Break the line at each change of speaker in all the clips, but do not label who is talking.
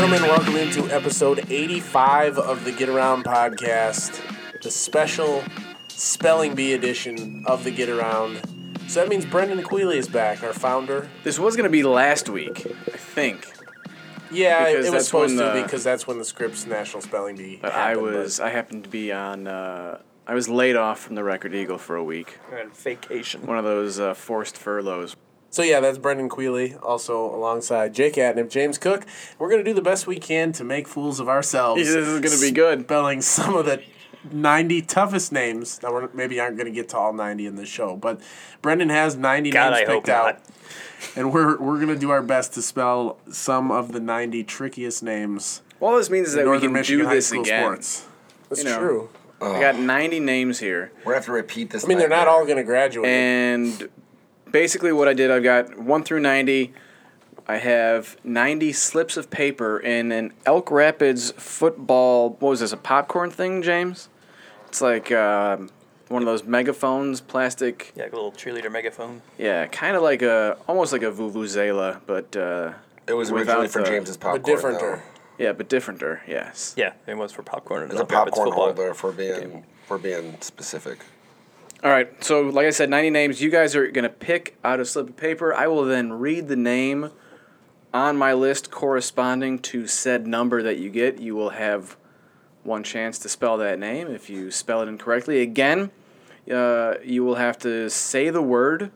listening to episode 85 of the Get Around podcast, the special spelling bee edition of the Get Around. So that means Brendan Quealy is back, our founder.
This was gonna be last week, I think.
Yeah,
Because
it was
that's
supposed
when
to
the-
because that's when the script's National Spelling Bee.
But I
happened,
was I happened to be on. Uh, I was laid off from the Record Eagle for a week.
on vacation.
One of those uh, forced furloughs.
So yeah, that's Brendan Quealy, also alongside Jake Atnip, James Cook. We're gonna do the best we can to make fools of ourselves.
This is gonna be good.
Spelling some of the ninety toughest names that we're maybe aren't gonna get to all ninety in this show, but Brendan has ninety
God,
names
I hope
picked out,
not.
and we're we're gonna do our best to spell some of the ninety trickiest names.
All this means is that we
Northern
can
Michigan
do
high
this
school
again.
sports. That's
You know.
true.
I got 90 names here,
We're gonna have to repeat this.
I mean, they're not all gonna graduate.
and basically what I did, I've got one through 90. I have 90 slips of paper in an Elk Rapids football. What was this? A popcorn thing, James? It's like um one of those megaphones, plastic.
Yeah, like a little cheerleader megaphone.
Yeah, kind of like a almost like a vuvuzela, but uh,
It was
without
originally for
the-
James's
but
popcorn.
differenter.
Yeah, but differenter. Yes.
Yeah, it was for popcorn. and
It's a popcorn holder for being for being specific.
All right. So, like I said, ninety names. You guys are gonna pick out a slip of paper. I will then read the name on my list corresponding to said number that you get. You will have one chance to spell that name. If you spell it incorrectly, again, uh, you will have to say the word,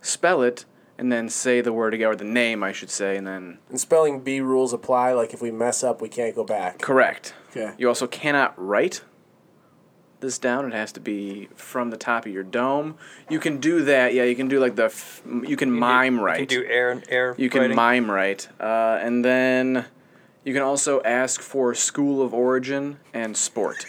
spell it, and then say the word again, or the name, I should say, and then
And spelling bee rules apply. Like if we mess up, we can't go back.
correct.
Okay.
You also cannot write this down. It has to be from the top of your dome. You can do that. Yeah, you can do like the. F- you can mime
You
write.
can do air air.
You can
writing.
mime write, uh, and then you can also ask for school of origin and sport.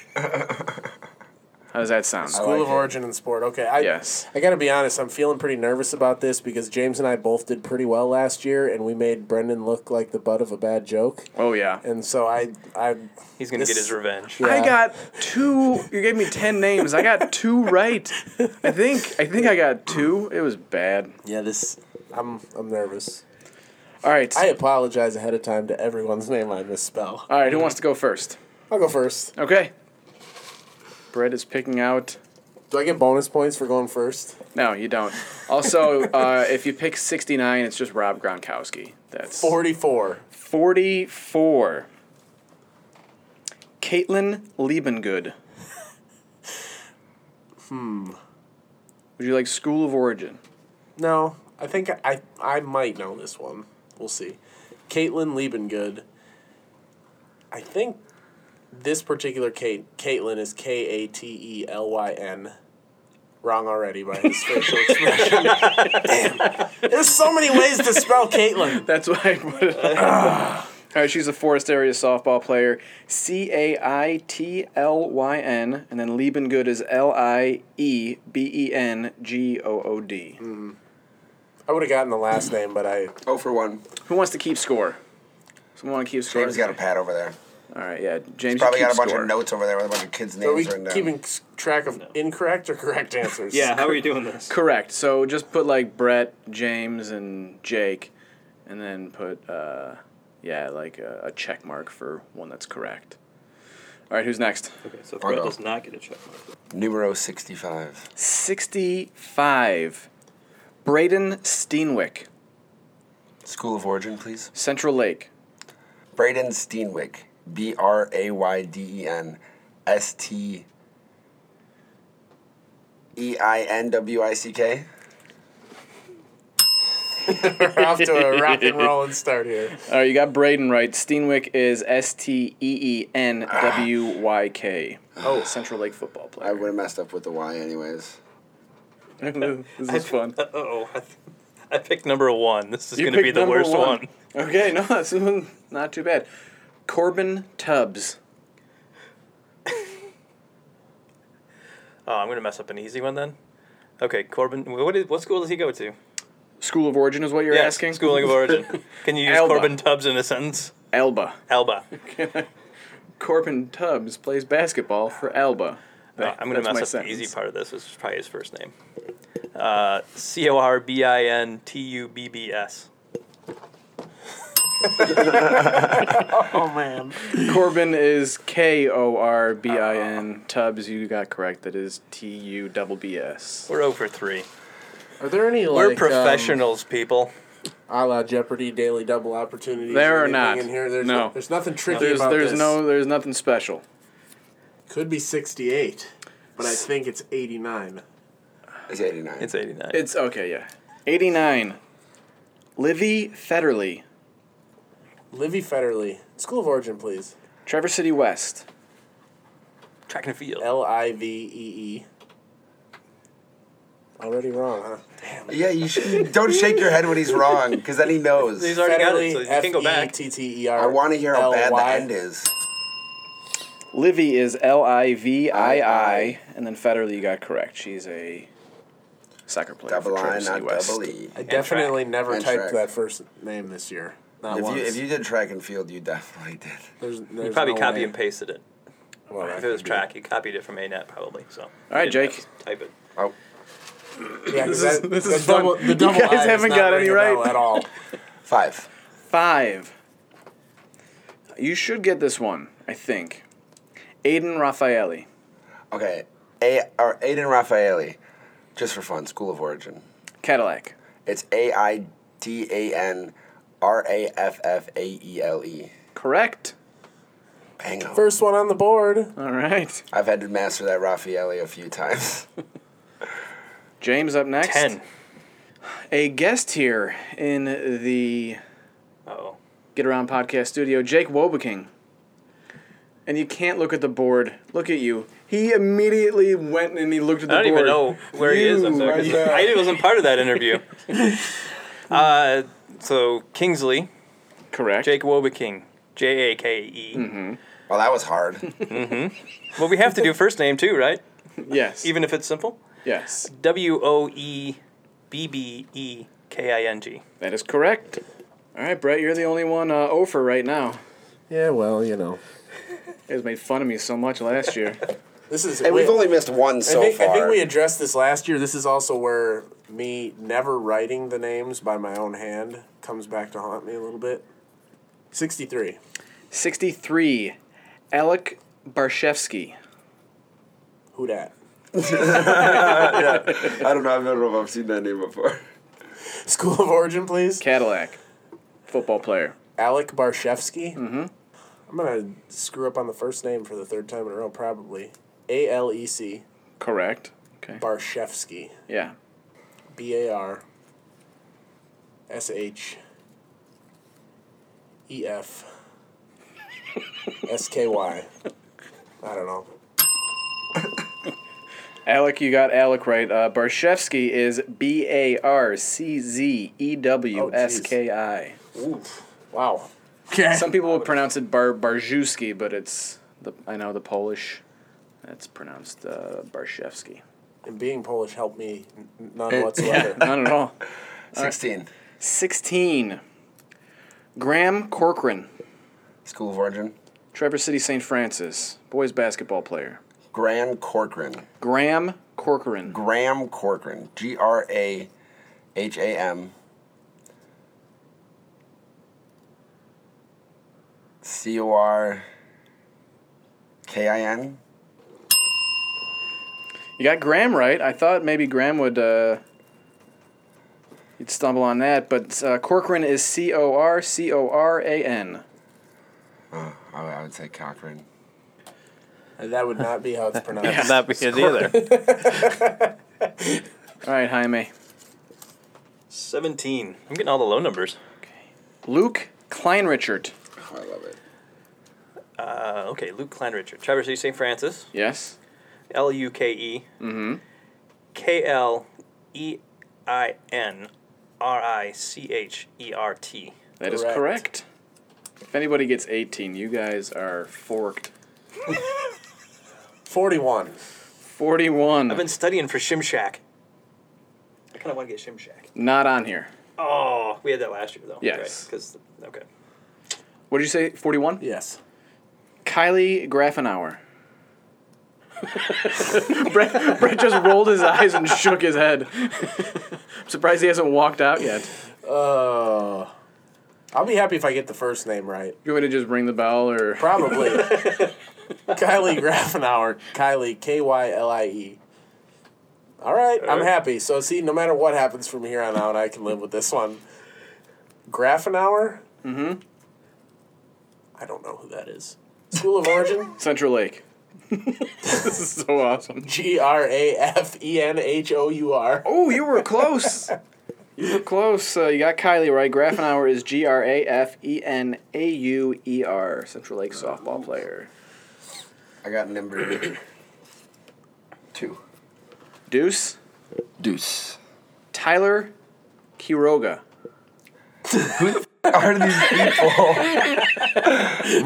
How does that sound?
School of Origin and Sport. Okay. I,
Yes.
I got to be honest. I'm feeling pretty nervous about this because James and I both did pretty well last year, and we made Brendan look like the butt of a bad joke.
Oh yeah.
And uh, so I, I,
He's gonna get
This-
his revenge.
Yeah.
I got two. You gave me ten names. I got two right. I think. I think I got two. It was bad.
yeah, this. I'm, I'm nervous.
All right.
I apologize ahead of time to everyone's name I misspell.
All right. Who wants to go first?
I'll go first.
Okay. Brett is picking out.
Do I get bonus points for going first?
No, you don't. Also, uh, if you pick 69, it's just Rob Gronkowski. That's
Forty-four.
44. Caitlin Liebengood. Hmm. Would you like School of Origin?
No, I think I, I might know this one. We'll see. Caitlin Liebengood. I think this particular Kate Caitlin is K A T E L Y N. Wrong already by his facial expression. Damn. There's so many ways to spell Caitlin.
That's why I put it. All right, she's a Forest area softball player. C A I T L Y N, and then Liebengood is L I E B E N G O O D.
I would have gotten the last name, but I
Oh, for one,
Who wants to keep score? Someone want to keep score?
James got a pad over there.
All right, yeah, James
Probably
you
got
keep
a bunch
score.
of notes over there with a bunch of kids'
are we
names written down.
keeping s- track of incorrect or correct answers.
Yeah, how are you doing this?
Correct. So just put like Brett, James, and Jake, and then put uh, yeah, like a, a check mark for one that's correct. All right, who's next?
Okay, so
Brett
Brett
no.
does
does
not get a check mark.
Numero sixty-five.
Sixty-five. Braden Steenwick,
School of origin, please.
Central Lake.
Braden Steenwick. B R A Y D E N S T E I N W I C K.
We're off to a rock and rolling start here.
All right, Uh, you got Braden right. Steenwick is S T E E N W Y K. Oh, Central Lake football
I
player.
would have messed up with the Y anyways.
this is fun.
Uh oh, I, th- I picked number one. This is
You
gonna be
picked
the
number
worst one.
Okay, no, that's not too bad. Corbin Tubbs.
Oh, I'm gonna mess up an easy one then. Okay, Corbin, what, is, what school does he go to?
School of Origin is what you're asking?
Schooling of Origin. Can you use
Alba.
Corbin Tubbs in a sentence?
Elba.
Alba.
Corbin Tubbs plays basketball for Elba.
Uh, I'm gonna
That's my
mess up the
sentence.
easy part of this, which is probably his first name. Uh, C O R B I N T U B B S.
Oh man.
Corbin is K O R B I N. Tubbs, you got correct. That is T U double B S.
We're over three.
Are there any like
We're
um,
professionals, people.
a la Jeopardy daily double opportunities?
There
or
are
anything
not.
in here. There's
No.
there's nothing tricky
There's
about
there's
this.
no there's nothing special.
Could be sixty eight, but I think it's eighty nine.
It's 89.
It's 89.
It's okay, yeah. 89. Livy Federley,
Livy Federley, School of Origin, please.
Traverse City West,
track and field.
L I V E E. Already wrong, huh?
yeah, you should, don't shake your head when he's wrong, because then he knows.
He's already got it, so
Federley,
you can go back.
E F-E-T-T-E-R,
I want to hear how bad
L-Y.
the end is.
Livy is L I V I I, and then Federley you got correct. She's a soccer player
Double
for
I,
Traverse City
not
West.
double E.
I definitely never
And
typed
track.
that first name this year. Not
If
once.
you, if you did track and field, you definitely did.
there's, there's
You probably
no
copy
way.
and pasted it.
Well, that
If it was
could be.
track, you copied it from ANET probably. So. All
right, Jake.
Type it.
Oh,
Yeah, 'cause that-
this
the
is fun.
double- the
You
double
guys
I does
haven't
not
got any
ring a bell
right.
at all.
five.
Five. You should get this one, I think. Aiden Raffaelli.
Okay. A, or Aiden Raffaele, just for fun, School of Origin.
Cadillac.
It's A I D A N R A F F A E L E.
Correct.
Bango.
First one on the board.
All right.
I've had to master that Raffaele a few times.
James up next.
10.
A guest here in the
oh.
Get Around Podcast studio, Jake Wobeking. And you can't look at the board. Look at you. He immediately went and he looked at the
I don't
board.
even know where he is. I'm sorry, 'cause
You are
I wasn't part of that interview. uh, so Kingsley,
Correct.
Jake Wobeking, J A K E.
well, that was hard.
Well, we have to do first name too, right?
Yes.
Even if it's simple.
yes.
W O E B B E K I N G.
That is correct. All right, Brett, you're the only one uh, over right now.
Yeah, well, you know.
You guys made fun of me so much last year.
This is
And
we-
we've only missed one so
I think,
far.
I think we addressed this last year. This is also where me never writing the names by my own hand comes back to haunt me a little bit. 63.
63. Alec Barshevsky.
Who dat?
I don't know. I don't know if I've seen that name before.
School of Origin, please.
Cadillac. Football player.
Alec Barshevsky. Mm-hmm. I'm going to screw up on the first name for the third time in a row, probably. A L E C.
Correct. Okay.
Barshevsky.
Yeah.
B A R S H E F S K Y. I don't know.
Alec, you got Alec right. Uh, Barshevsky is B A R C Z E W S K I.
Wow.
Some people would pronounce it Bar Barzewski, but it's the I know the Polish. That's pronounced uh, Barshevsky.
And being Polish helped me n- none whatsoever.
Not at all.
Sixteen.
Sixteen. Graham Corcoran,
School of Origin.
Traverse City St. Francis, boys basketball player.
Graham Corcoran.
Graham Corcoran.
Graham Corcoran. G R A H A M. C O R K I N.
You got Graham right. I thought maybe Graham would uh, you'd stumble on that, but uh, Corcoran is C O R C O R A N.
Oh, I would say Cochran.
And that would not be how it's pronounced.
Not because either.
All right, Jaime.
17. I'm getting all the low numbers.
Luke Kleinrichard.
Oh, I love it.
Uh, okay, Luke Kleinrichard. Traverse City St. Francis.
Yes.
L U K E. K L E I N R I C H E R T.
that is correct.
Correct.
If anybody gets 18, you guys are forked.
41.
41.
I've been studying for Shimshack. I kind of want to get Shimshack.
Not on here.
Oh, we had that last year though.
Yes.
Right, 'cause- okay.
What did you say? 41?
Yes.
Kylie Graffenauer. Brett, Brett just rolled his eyes and shook his head. I'm surprised he hasn't walked out yet.
Uh, I'll be happy if I get the first name right.
You want me to just ring the bell or?
Probably. Kylie Grafenauer. Kylie, K Y L I E. All right, I'm happy. So, see, no matter what happens from here on out, I can live with this one. Grafenauer? Mm hmm. I don't know who that is. School of Origin?
Central Lake. this is so awesome.
G R A F E N H O U R.
Oh, you were close. you were close. Uh, you got Kylie right. Grafenauer is G R A F E N A U E R. Central Lake softball player.
I got number two.
Deuce.
Deuce.
Tyler Quiroga.
Are these people?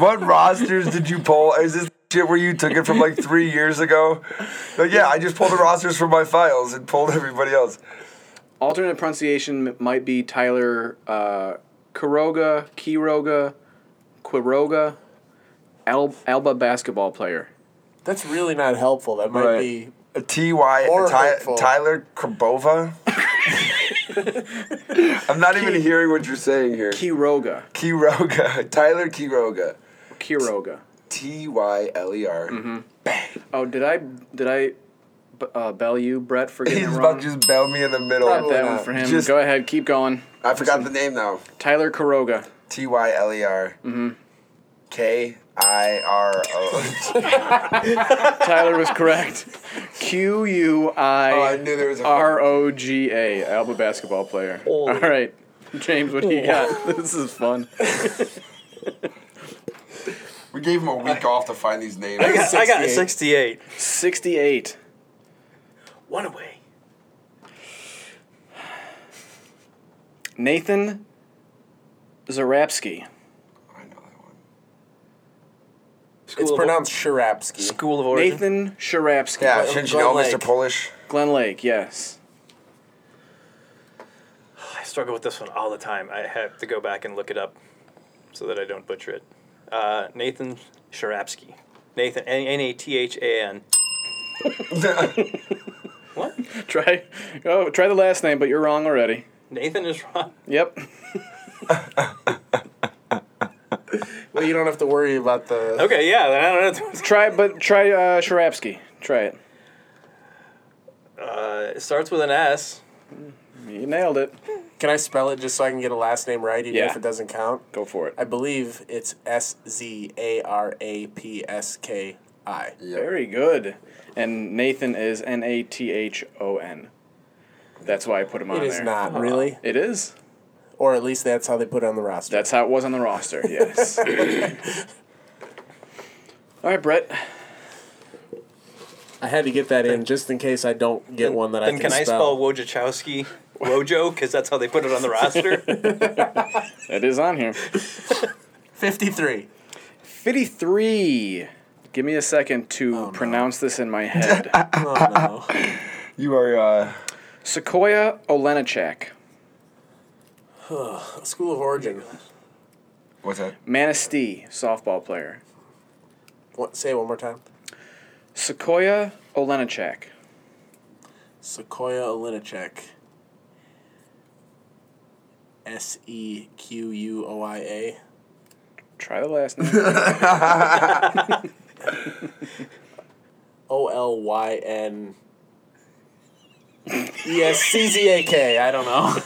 what rosters did you pull? Is this shit where you took it from like three years ago? Like, yeah, I just pulled the rosters from my files and pulled everybody else.
Alternate pronunciation m- might be Tyler uh, Quiroga, Quiroga, Quiroga, Al- Alba basketball player.
That's really not helpful. That might
Right.
be.
A T.Y.
Or
Ty,
hurtful.
Tyler Krabova? I'm not even hearing what you're saying here.
Quiroga.
Kiroga. Tyler Kiroga.
Quiroga.
T Y L E R.
Oh, did I did I b- uh, bell you, Brett, for getting
He's
it
about
wrong?
to just bail me in the middle.
Got that one
not.
for him.
Just-
Go ahead, keep going.
I forgot the name now.
Tyler Quiroga.
T Y L E R. K I R O.
Tyler was correct. Q U
Oh, I
I
knew there was a.
R O G A, Alba basketball player. All right, James, what do you got? This is fun.
We gave him a week off to find these names.
I got, I got a
68.
68.
Sixty-eight.
One away.
Nathan Zarapsky.
I know that one.
School
it's
of-
pronounced Shirapsky.
School of Origin.
Nathan Sharapsky.
Yeah, shouldn't you
Glenn
know,
Lake.
Mr. Polish?
Glen Lake, yes.
I struggle with this one all the time. I have to go back and look it up so that I don't butcher it. Uh, Nathan Sharapsky. Nathan N N A T H A N. What?
Try oh try the last name, but you're wrong already.
Nathan is wrong.
Yep.
Well, you don't have to worry about the.
Okay, yeah, then I don't know.
Try but try uh Sharapsky. Try it.
Uh, it starts with an S.
You nailed it.
Can I spell it just so I can get a last name right, even
Yeah.
if it doesn't count?
Go for it.
I believe it's S Z A R A P S K I.
Very good. And Nathan is N A T H O N. That's why I put him on
It is
there.
not, really.
It is.
Or at least that's how they put it on the roster.
That's how it was on the roster. Yes. All right, Brett.
I had to get that in just in case I don't get one that I
Then
can,
can I
spell.
spell Wojciechowski? Wojo, because that's how they put it on the roster.
It is on here.
53.
53. Give me a second to pronounce this in my head.
Oh, no.
You are, uh.
Sequoia Olenichak,
School of Origin.
What's that?
Manistee softball player.
What, say it one more time.
Sequoia Olenichak.
Sequoia Alinicek. S E Q U O I A.
Try the last name.
O L Y N. E S C Z A K. I don't know.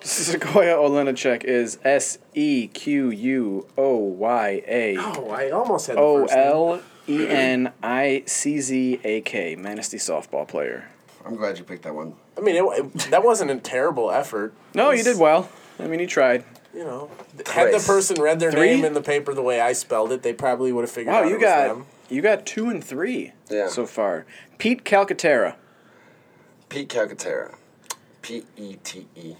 Sequoia Olenichak is S E Q U O Y A
Oh, I almost had the
O
first name.
L E N I C Z A K. Manistee softball player.
I'm glad you picked that one.
I mean, it, it- that wasn't a terrible effort.
No, you did well. I mean, you tried.
You know, had the
Christ.
person read their
Three?
name in the paper the way I spelled it, they probably would have figured
Wow,
out
you
it was
got
them.
you got two and three
Yeah.
so far. Pete Calcaterra.
Pete Calcaterra. P E T E.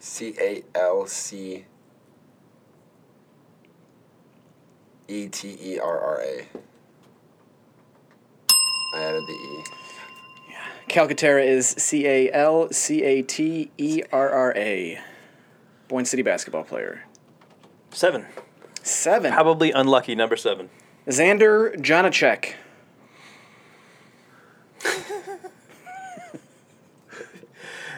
C A L C E T E R R A. I added the E.
Calcaterra is C A L C A T E R R A. Boyne City basketball player.
seven.
Seven.
Probably unlucky, number seven.
Xander Janacek.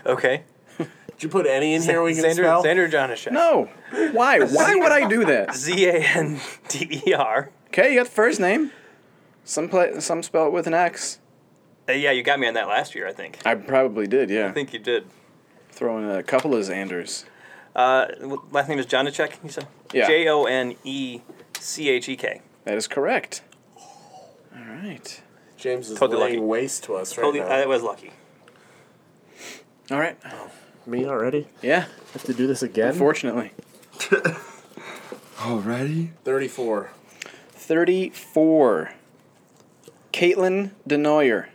Okay.
Did you put any in here we can
Xander,
spell?
Xander Jonashek.
No. Why? Why would I do that?
Z A N D E R.
Okay, you got the first name. Some play, some spell it with an X.
Uh, yeah, you got me on that last year, I think.
I probably did, yeah.
I think you did.
Throw in a couple of Xanders.
Uh, last name is Jonachek, you said?
Yeah.
J O N E C H E K.
That is correct. All right.
James is
Totally
laying
lucky.
waste to us right
Totally,
now.
that was lucky.
All right.
Me already?
Yeah,
have to do this again?
unfortunately.
Alrighty.
34.
34. Caitlin Denoyer.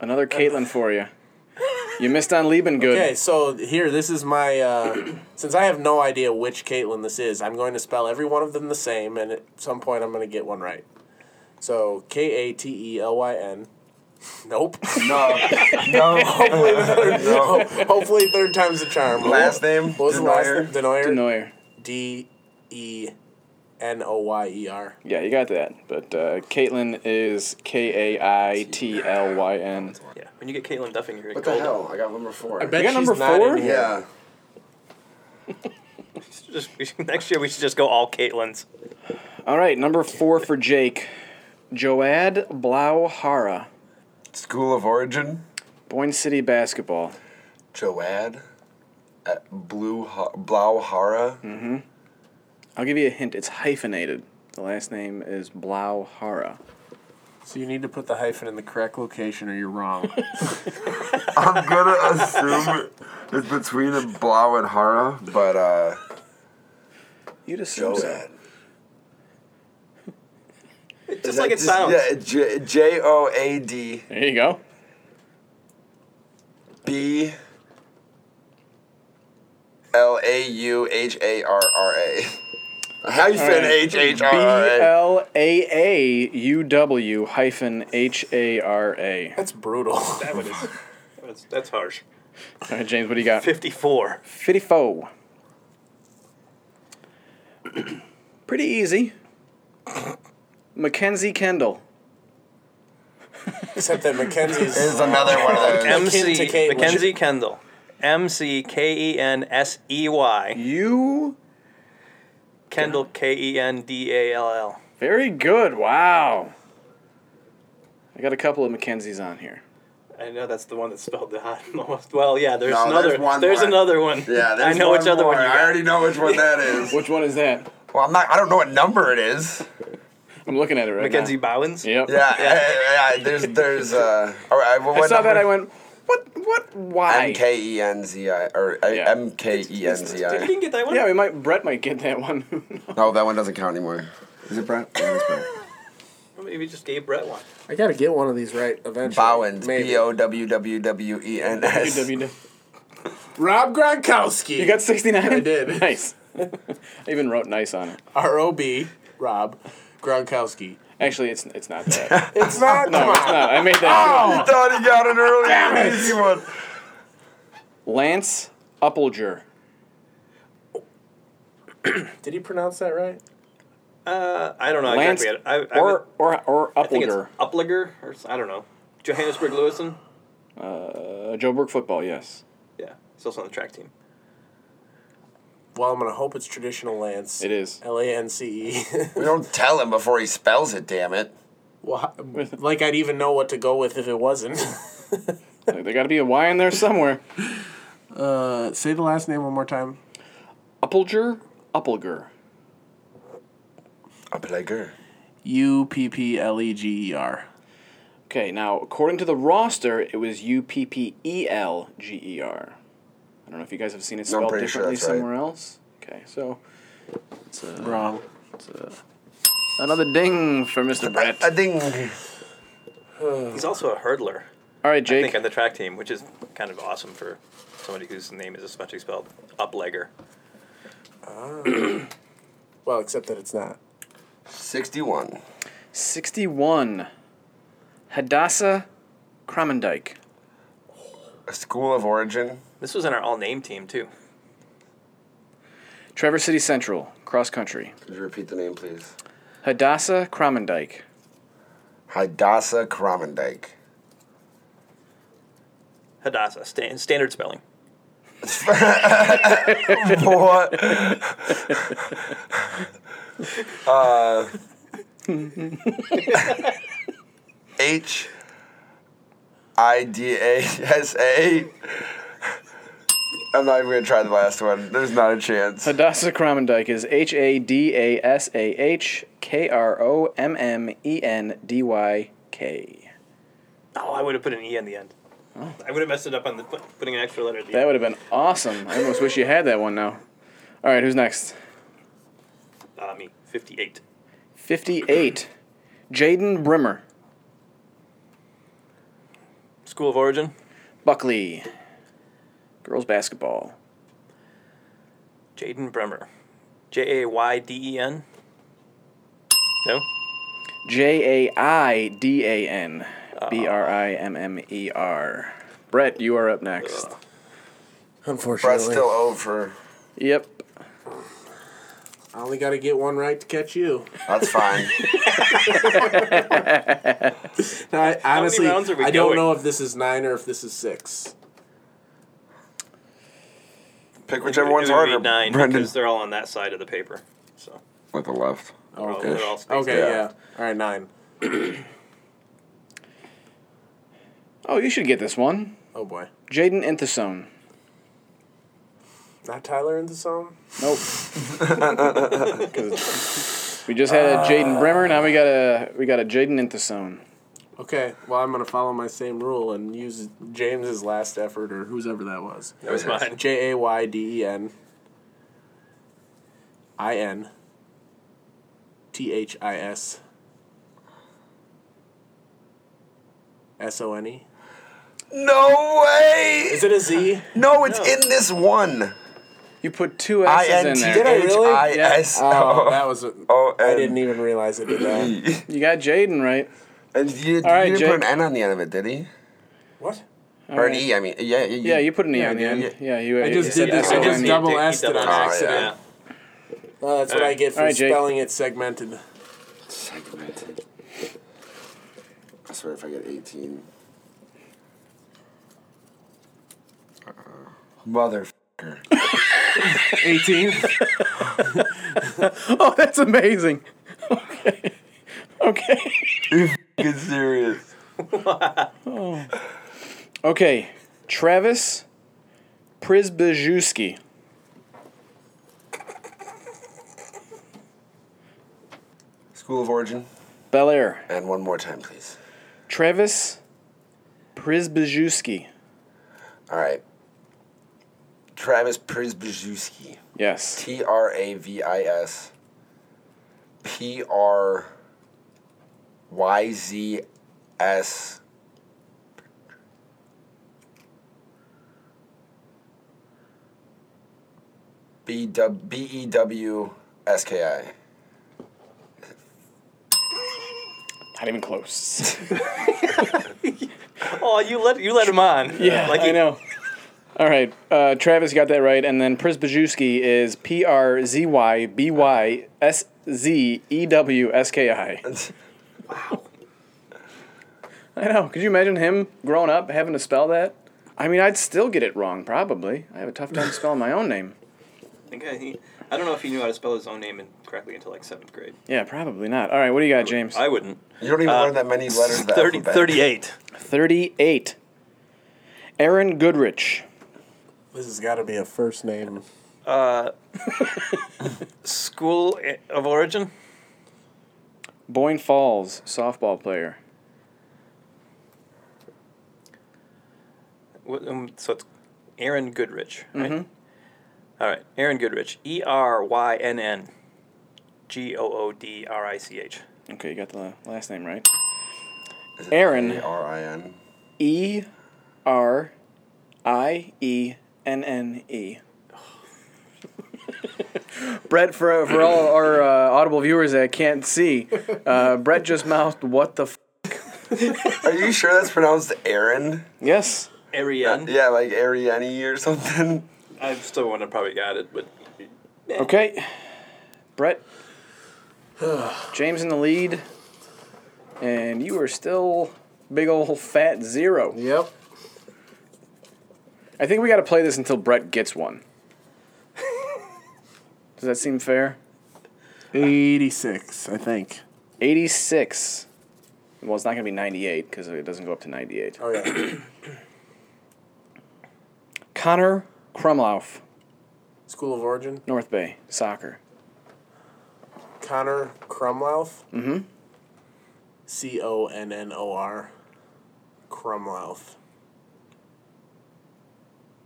Another Caitlin for you. You missed on Lieben good.
Okay, so here, this is my. Uh, since I have no idea which Caitlin this is, I'm going to spell every one of them the same, and at some point I'm going to get one right. So K A T E L Y N. Nope.
No. No.
no. Hopefully, third time's the charm.
Last name?
What was the last name? Denoyer?
Denoyer?
Denoyer.
D E N O Y E R.
Yeah, you got that. But uh, Caitlin is K A I T L Y N.
Yeah. When you get Caitlin Duffing, you're oh,
What the hell? I got number four.
bet
You got number four?
Yeah.
Just, we should, next year, we should just go all Caitlins.
All right, number four for Jake. Joad Blauhara.
School of origin.
Boyne City basketball.
Joad. At Blue ha- Blauhara.
I'll give you a hint. It's hyphenated. The last name is Blauhara.
So you need to put the hyphen in the correct location or you're wrong.
I'm gonna assume it's between a Blau and Hara, but uh,
You'd assume so.
Just like it sounds.
Yeah, J- J O A D
There you go.
B L A U H A R R A. Hyphen H H R
B
R A.
L A A U W hyphen H A R A.
That's brutal.
That one is- that's, that's harsh.
All right, James, what do you got?
54.
54. Pretty easy. Mackenzie Kendall.
Except that Mackenzie's.
Is another one of those.
MC.
to Caitlin.
Mackenzie Kendall. M C K E N S E Y.
You.
Kendall K E N D A L L.
Very good. Wow. I got a couple of Mackenzies on here.
I know that's the one that's spelled the hot most. Well, yeah, there's
No,
another.
there's one
there's
more.
another one.
Yeah, there's
I know
one
which other
more.
one you
I
got.
already know which one that is.
Which one is that?
well, I'm not. I don't know what number it is.
I'm looking at it right
Mackenzie
now.
Bowens.
Yep.
Yeah, yeah. there's, there's. Uh, all right. Well,
I
what
saw that. I
number?
went. What? What? Why?
M K E N Z I or uh,
Yeah.
M K E N Z
You
I.
didn't get that one.
Yeah, we might. Brett might get that one.
No, that one doesn't count anymore. Is it Brett? Yeah, it's Brett.
Or Maybe just gave Brett one.
I gotta get one of these right eventually.
Bowens.
Maybe.
B O W W W E N S.
WW.
Rob Gronkowski.
You got 69?
I did.
Nice. I even wrote nice on it.
R O B. Rob Gronkowski.
Actually, it's it's not that.
It's not. come on.
no, I made that.
Oh!
I thought he got an early easy one.
Lance Uppinger.
Did he pronounce that right?
Uh, I don't know
Lance
exactly. I, I, I, would-
or, or or
I think it's
Uppinger.
Upliger or s- I don't know. Johannesburg Lewison.
Uh, Joe Burke football. Yes,
Yeah, he's also on the track team.
Well, I'm gonna hope it's traditional Lance.
it is.
L A N C E.
We don't tell him before he spells it. Damn it.
Well, how- like I'd even know what to go with if it wasn't.
Like, there got to be a Y in there somewhere.
Uh, say the last name one more time.
Uppinger. Uppinger.
A plager.
U P P L E G E R.
Okay, now according to the roster, it was U P P E L G E R. I don't know if you guys have seen it
No, I'm
spelled
pretty sure
differently
that's right.
somewhere else. Okay, so it's a,
Wrong.
it's a, another ding for Mr. Brett.
I think.
He's also a hurdler.
All right,
I
Jake.
think on the track team, which is kind of awesome for somebody whose name is especially spelled Uplegger.
Well, except that it's not.
61.
61. Hadassah Cromendike.
A school of origin.
This was in our all name team too.
Traverse City Central, cross country.
Could you repeat the name, please?
Hadassah Cromendike.
Hadassah Kromendike.
Hadassah, sta- standard spelling.
what? uh, H I D A S A. I'm not even gonna try the last one. There's not a chance.
Hadassah Kromendijk is H A D A S A H K R O M M E N D Y K.
Oh, I would have put an E on the end. I would have messed it up on the put- putting an extra letter at the
That
end.
would have been awesome. I almost wish you had that one now. All right, who's next?
Uh, me, 58.
58. Jaden Brimmer.
School of origin,
Buckley. Girls basketball.
Jaden Bremer. J A Y D E N? No?
J A I D A N. B R I M M E R. Brett, you are up next.
Brett's
Unfortunately.
still over.
Yep.
I only got to get one right to catch you.
That's fine.
Now, I, honestly,
rounds are we
I don't
going?
know if this is nine or if this is six.
Pick
It
whichever
would-
one's
it would be
harder.
Nine,
Brendan
because they're all on that side of the paper. So
with the left.
they're all-
Oh, Okay.
they're all spaced
Okay,
Yeah.
yeah. All right, nine.
Oh, you should get this one.
Oh boy.
Jaden Inthasone.
Not Tyler in the song?
Nope. 'Cause we just had a Jaden Bremer. Now we got a we got a Jaden Inthasone.
Okay, well, I'm going to follow my same rule and use James's last effort or whoever that was.
That was mine.
J A Y D E N I N T H I S S O N E.
No way!
Is it a Z?
No, it's in this one.
You put two
I
S's
N
in
T
Did
there.
I
H
really?
I S
Oh,
O.
that was. A,
O N.
I didn't even realize it did that.
And
You got Jaden right.
you, you
right,
didn't put an
Jake.
N on the end of it, did he?
What?
or an E, I mean. Yeah, yeah, you,
Yeah, you put an E on the
yeah,
end.
yeah.
Yeah, you.
I just
you
did
said
this. I
S-O-N-E.
just
He-
double
he
S'd it on
double S'd
accident.
yeah.
Well, that's what I get for
All right, Jake.
spelling it segmented.
Segmented. I swear if I get 18. Uh-uh. Motherfucker.
18.
Oh, that's amazing. Okay. Okay.
Get serious.
Okay. Travis Prisbajewski.
School of Origin.
Bel Air.
And one more time, please.
Travis Prisbajewski.
All right. Travis Prisbajewski.
Yes.
T R A V I S P R Y Z S B W B E W S K I.
Not even close.
Oh, you let you let him on.
Yeah,
like
I
he-
know. All right, uh, Travis got that right, and then Prisbajewski is P R Z Y B Y S Z E W S K I. I know. Could you imagine him growing up having to spell that? I mean, I'd still get it wrong, probably. I have a tough time spelling my own name.
I think I- he- I don't know if he knew how to spell his own name in, correctly until like seventh grade.
Yeah, probably not. All right, what do you got, James?
I wouldn't.
You don't even
Uh,
learn that many letters. of the
30,
alphabet.
38.
38. Aaron Goodrich.
This has got to be a first name.
School eh, of origin?
Boyne Falls, softball player.
What, um, so it's Aaron Goodrich, right? All right, Aaron Goodrich. E R Y N N G O O D R I C H.
Okay, you got the la- last name right.
Is it
Aaron.
A-R-I-N?
E R I E N N E. Brett, for, for all our uh, audible viewers that can't see, uh, Brett just mouthed, What the f?
Are you sure that's pronounced Aaron?
Yes.
Ariane.
Yeah, like Ariani E or something.
I still wouldn't have probably got it, but
Okay. Brett. James in the lead. And you are still big ol' fat zero.
Yep.
I think we got to play this until Brett gets one. Does that seem fair?
86, I think.
86. Well, it's not going to be 98 because it doesn't go up to 98.
Oh, yeah.
Connor Krumlauf,
School of Origin.
North Bay, soccer.
Connor Crumlauf. Mm hmm. C O N N O R. Crumlauf.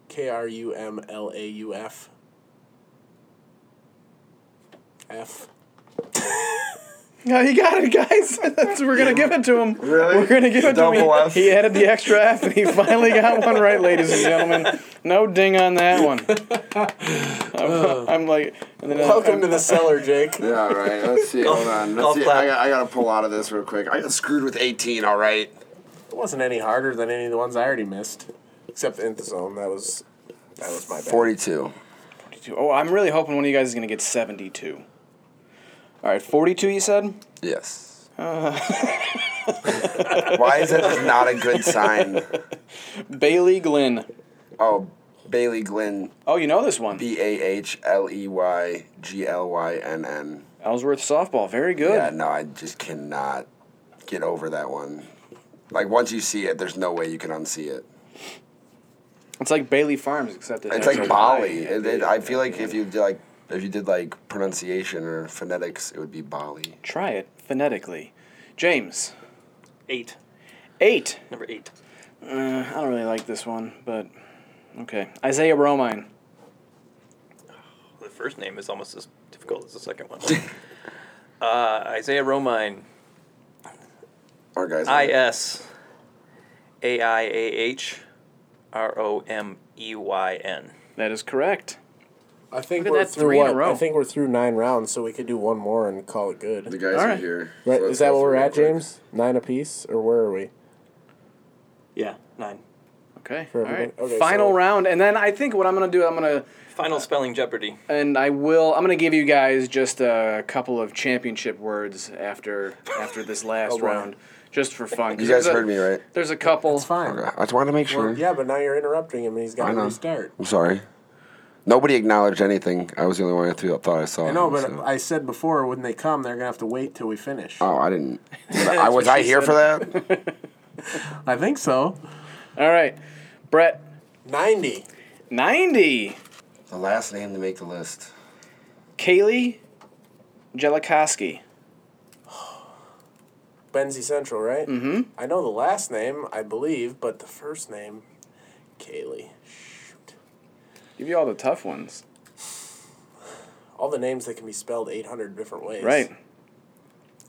K R U M L A U F. F.
No, he got it, guys. That's, we're going to give it to him.
Really?
We're going to give it to him.
Double F.
He added the extra F and he finally got one right, ladies and gentlemen. No ding on that one. I'm, I'm like, and then I'm-
Welcome to the cellar, Jake.
Yeah, all right. Let's see. Hold on. Let's
golf
see.
clap.
I got, I got to pull out of this real quick. I got screwed with 18, all right?
It wasn't any harder than any of the ones I already missed, except Inthazone. That was that was my bad.
42.
Oh, I'm really hoping one of you guys is going to get 72. All right, 42, you said?
Yes. Why is that just not a good sign?
Bailey Glynn.
Oh, Bailey Glynn,
Oh, you know this one.
B A H L E Y G L Y N N.
Ellsworth softball. Very good.
Yeah, no, I just cannot get over that one. Like, once you see it, there's no way you can unsee it.
It's like Bailey Farms, except it
It's
has
like
a
Bali.
Y.
It, it, I feel like if you did like if you did like pronunciation or phonetics, it would be Bali.
Try it phonetically. James.
Eight.
Eight.
Number eight.
I don't really like this one, but okay. Isaiah Bromine.
The first name is almost as difficult as the second one. uh, Isaiah Romine.
Our guys.
I S A I A H R O M E Y N.
That is correct.
I think
Look at
we're
that,
through
three in a
what?
row.
I think we're through nine rounds, so we could do one more and call it
the
good.
guys
All
are
right.
here.
Right?
So
Is that
let's
what we're
real
at,
quick.
James? Nine apiece, or where are we?
Yeah, nine.
Okay.
For
All right.
everybody- okay,
Final
so-
round, and then I think what I'm gonna do, I'm gonna
Final spelling Jeopardy.
and I will. I'm gonna give you guys just a couple of championship words after after this last
Oh, boy.
round, just for fun. 'Cause
You guys
there's a-
heard me, right?
There's a couple.
It's fine.
I just wanted to make sure.
Well, yeah, but now you're interrupting him, and he's got
I
to
know.
restart.
I'm sorry. Nobody acknowledged anything. I was the only one I thought thought I saw.
I know,
him,
but
so-
I said before when they come, they're gonna have to wait till we finish.
Oh, I didn't. I was I here for that?
I think so.
All right, Brett.
Ninety.
Ninety.
The last name to make the list.
Kaylee Jelikoski.
Benzie Central, right? Mm-hmm. I know the last name, I believe, but the first name, Kaylee. Shoot.
Give you all the tough ones.
All the names that can be spelled eight hundred different ways.
Right.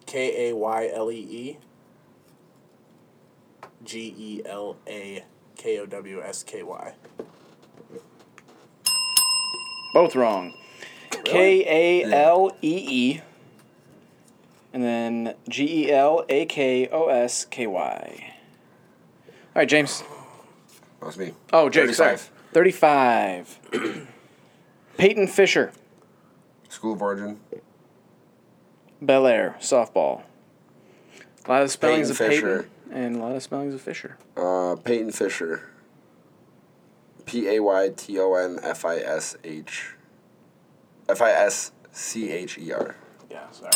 K A Y L E E G E L A K O W S K Y.
Both wrong. K A L E E. And then G E L A K O S K Y. All right, James.
That was me.
Oh, Jake, sorry. 35. Peyton Fisher,
School of Origin.
Bel Air, softball. A lot of spellings
Peyton
of
Fisher.
Peyton and a lot of spellings of Fisher.
Uh, Peyton Fisher. P A Y T O N F I S H. F I S C H E R.
Yeah, sorry.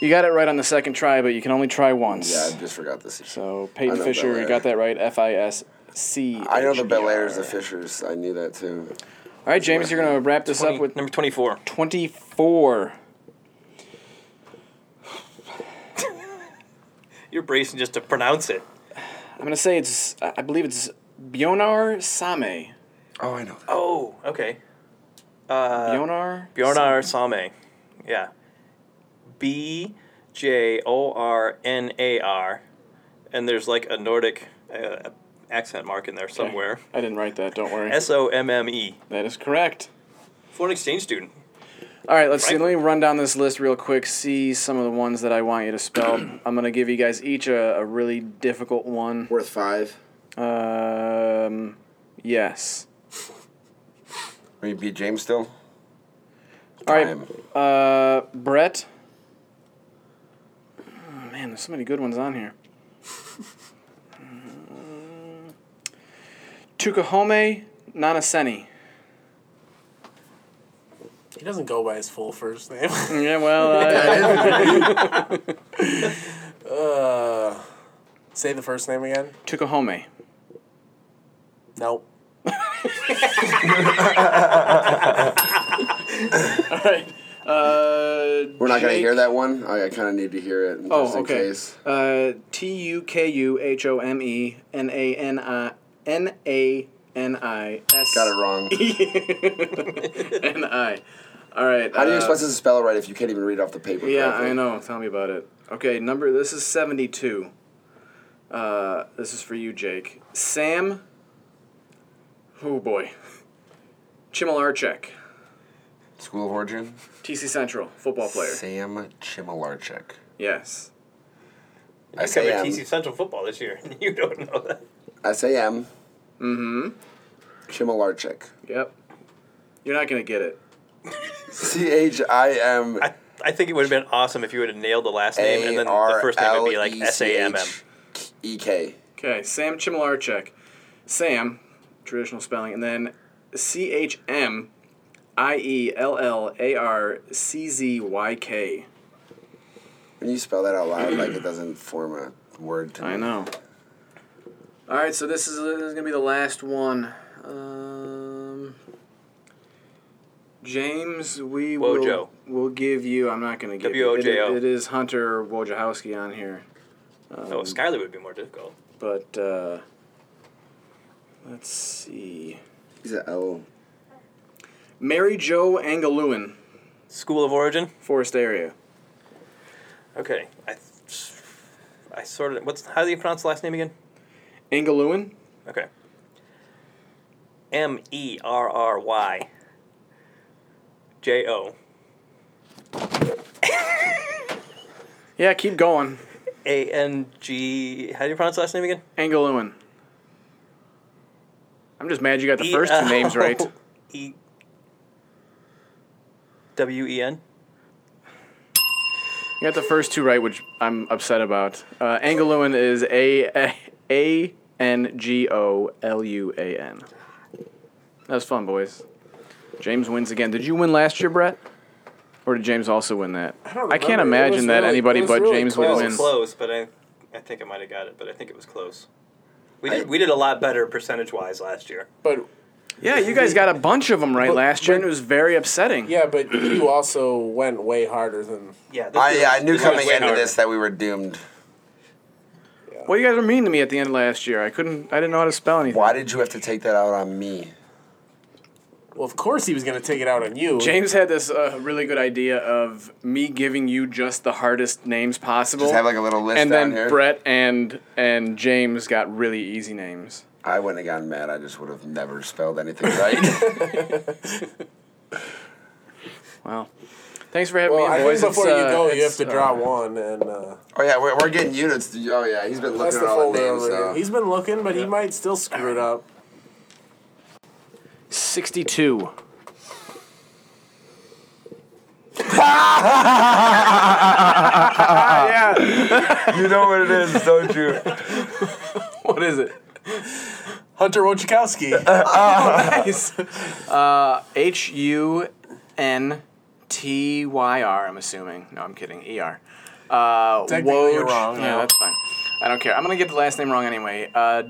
You got it right on the second try, but you can only try once.
Yeah, I just forgot this.
So
I
Peyton
know
Fisher,
Bel
you
Air.
got that right. F I S C. E
I know the Bel Airs, the
All
Fishers. I knew that too.
right, James, you're gonna wrap this
20
up with
number 24.
24.
You're bracing just to pronounce it.
I'm going to say it's, I I believe it's Bjonar Same.
Oh, I know. That.
Oh, okay.
Bjonar?
Uh, Bjornar Same. Yeah. B J O R N A R. And there's like a Nordic uh, accent mark in there somewhere.
I didn't write that, don't worry.
S O M M E.
That is correct.
Foreign exchange student.
All right, let's see.
Right.
Let me run down this list real quick, see some of the ones that I want you to spell. I'm going to give you guys each a, a really difficult one.
Worth five.
Um, yes.
Will you beat James still?
All right,
Time.
uh, Brett. Oh, man, there's so many good ones on here. Tukahome Nanaseni.
He doesn't go by his full first name.
Yeah, well, uh,
uh, say the first name again.
Tukuhome.
Nope.
All right. Uh,
We're not going to
Jake-
hear that one. I, I kind of need to hear it just
Oh,
in
okay.
case.
Uh, T U K U H O M E N A N I N A N I S.
Got it wrong.
N I. All right.
How do you
uh,
expect us to spell it right if you can't even read off the paper?
Yeah,
correctly?
I know. Tell me about it. Okay, number. This is seventy-two. Uh, this is for you, Jake. Sam. Oh boy. Chimalarchek,
School of Origin.
TC Central football player.
Sam Chimalarchuk.
Yes.
I
I covered
say um, M.
TC Central football this year. You don't know that.
I say M. Mm-hmm. Chimalarchuk.
Yep. You're not gonna get it.
C H I M
I, I think it would have been awesome if you would have nailed the last name and
A
then the
R E
first name would be
L
like
E
S
C
A M M.
H E K.
Okay, Sam Chimalarchek. Sam, traditional spelling, and then C H M I E L L A R C Z Y K.
When you spell that out loud, like it doesn't form a word to me.
I know. All right, so this is, this is gonna be the last one. Um, James, we
Wojo.
will will give you. I'm not gonna give you. it-
W O J O.
It is Hunter Wojciechowski on here,
Oh, Skyler would be more difficult.
but uh, let's see.
He's an L.
Mary Jo Angaluin,
School of origin.
Forest area.
Okay. I, th- I sort of. What's how do you pronounce the last name again?
Angaluin.
Okay. M E R R Y J O
Yeah, keep going.
A N G. How do you pronounce the last name again?
Angaluin. I'm just mad you got the first
uh,
two names right.
E W E N.
You got the first two right, which I'm upset about. Uh, Angaluin is A A N G O L U A N. That was fun, boys. James wins again. Did you win last year, Brett? Or did James also win that? I,
don't
can't
remember. It was
imagine that
really-
anybody
it was
but
really
James
It
close.
would
was
win.
close, but I, I think I might have got it, but I think it was close. We did, we did a lot better percentage wise last year.
But
Yeah, you guys got a bunch of them right
But-
last year, and it was very upsetting.
yeah, but you also went way harder than
Yeah, this
I,
year
I
was-
knew
this year was
coming
way
into
harder.
this that we were doomed.
Well, you guys were mean to me at the end of last year. I couldn't. I didn't know how to spell anything.
Why did you have to take that out on me?
Well, of course he was going to take it out on you.
James had this uh, really good idea of me giving you just the hardest names possible.
Just have like a little list
and
down
then
here.
Brett and and James got really easy names.
I wouldn't have gotten mad. I just would have never spelled anything right.
Wow. Thanks for having
Well,
me,
I
in, boys.
think before
It's,
you
uh,
go, you have
it's,
to
uh,
draw one, and uh,
oh yeah, we're, we're getting units. Oh yeah, he's been
that's
looking
the
at all
folder
the names. uh,
over
So.
there. He's been looking, but he might still screw it up.
Sixty-two. yeah.
You know what it is, don't you?
What is it?
Hunter Wojciechowski.
Uh, H U N T Y R. I'm assuming. No, I'm kidding. E R. Uh,
Technically, you're
Woj-
wrong,
Yeah,
yeah.
that's fine. I don't care. I'm gonna get the last name wrong anyway. Uh,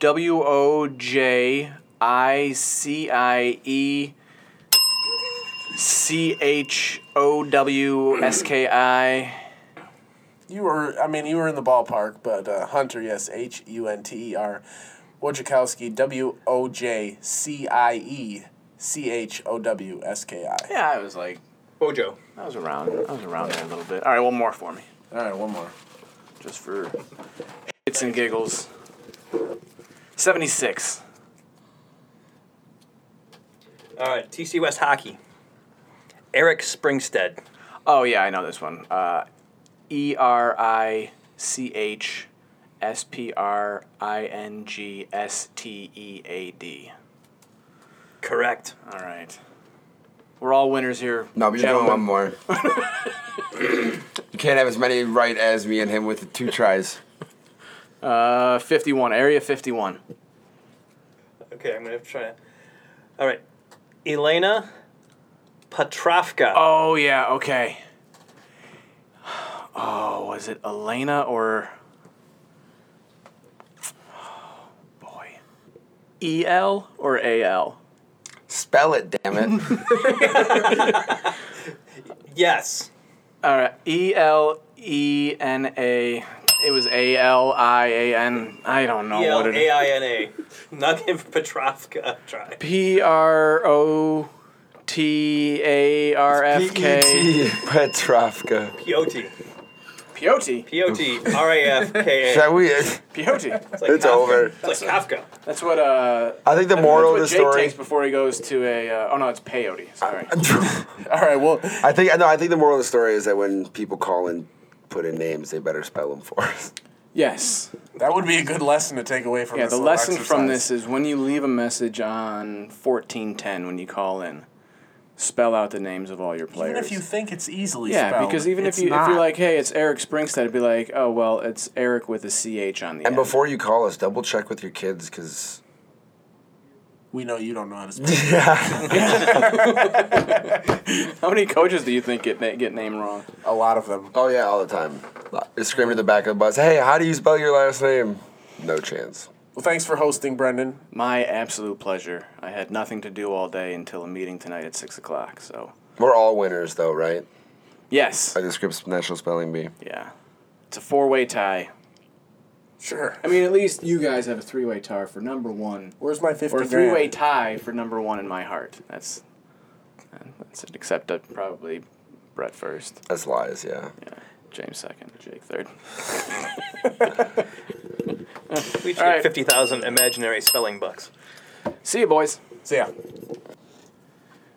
W O J I C I E C H O W S K I.
you were, I mean, you were in the ballpark, but uh, Hunter, yes, H U N T E R. Wojciechowski, W O J C I E C H O W S K I.
Yeah, I was like,
Bojo.
I was around. I was around there a little bit. All right, one more for me,
All right, one more.
just for shits and giggles. Seventy-six.
All right, TC West Hockey. Eric Springstead.
Oh yeah, I know this one. Uh, e R I C H S P R I N G S T E A D.
Correct.
All right, we're all winners here.
No, but you're doing one more. you can't have as many right as me and him with two tries.
Uh, fifty-one, area fifty-one.
Okay, I'm gonna have to try to. All right. Elena Petrovka.
Oh yeah, okay. Oh, was it Elena or oh, boy. E L or A L?
Spell it, damn it.
Yes.
All right, E L E N A. It was A L I A N. I don't know what
E
it is.
E-L-A-I-N-A. Not give Petrovka a try.
P R O T A R F
E
K.
P.E.T. Petrovka.
P-O-T.
Peyote.
P-O-T. R-A-F-K-A.
Shall we?
uh,
Peyote.
It's, like
It's
Kafka.
over.
It's like Kafka.
That's what uh.
I think the moral of the
That's what Jake
story.
takes before he goes to a. Uh, oh no, it's peyote. Sorry.
All right, well,
I think no. I think the moral of the story is that when people call and put in names, they better spell them for us.
yes.
that would be a good lesson to take away from
Yeah.
this
The
little
lesson from
exercise.
this is when you leave a message on fourteen ten when you call in, spell out the names of all your players.
Even if you think it's easily
yeah,
spelled,
because even if
it's
you if
not.
you're like, hey, it's Eric Springstead, it'd be like, oh well, it's Eric with a ch on the
And
end.
before you call us, double check with your kids because
we know you don't know how to spell.
yeah.
How many coaches do you think get na- get name wrong?
a lot of them.
oh yeah, all the time. They scream at the back of the bus. Hey, how do you spell your last name? No chance.
Well, thanks for hosting, Brendan.
My absolute pleasure. I had nothing to do all day until a meeting tonight at six o'clock. So
We're all winners though, right?
yes,
Like the script's National Spelling Bee.
yeah, it's a four way tie.
Sure.
I mean, at least you guys have a three-way tie for number one,
Where's my fifty
or a
grand?
three-way tie for number one in my heart. That's that's it. Except uh, probably Brett first,
That's lies. Yeah.
James second, Jake third.
We should
All right.
50,000 imaginary spelling bucks.
See you, boys.
So yeah.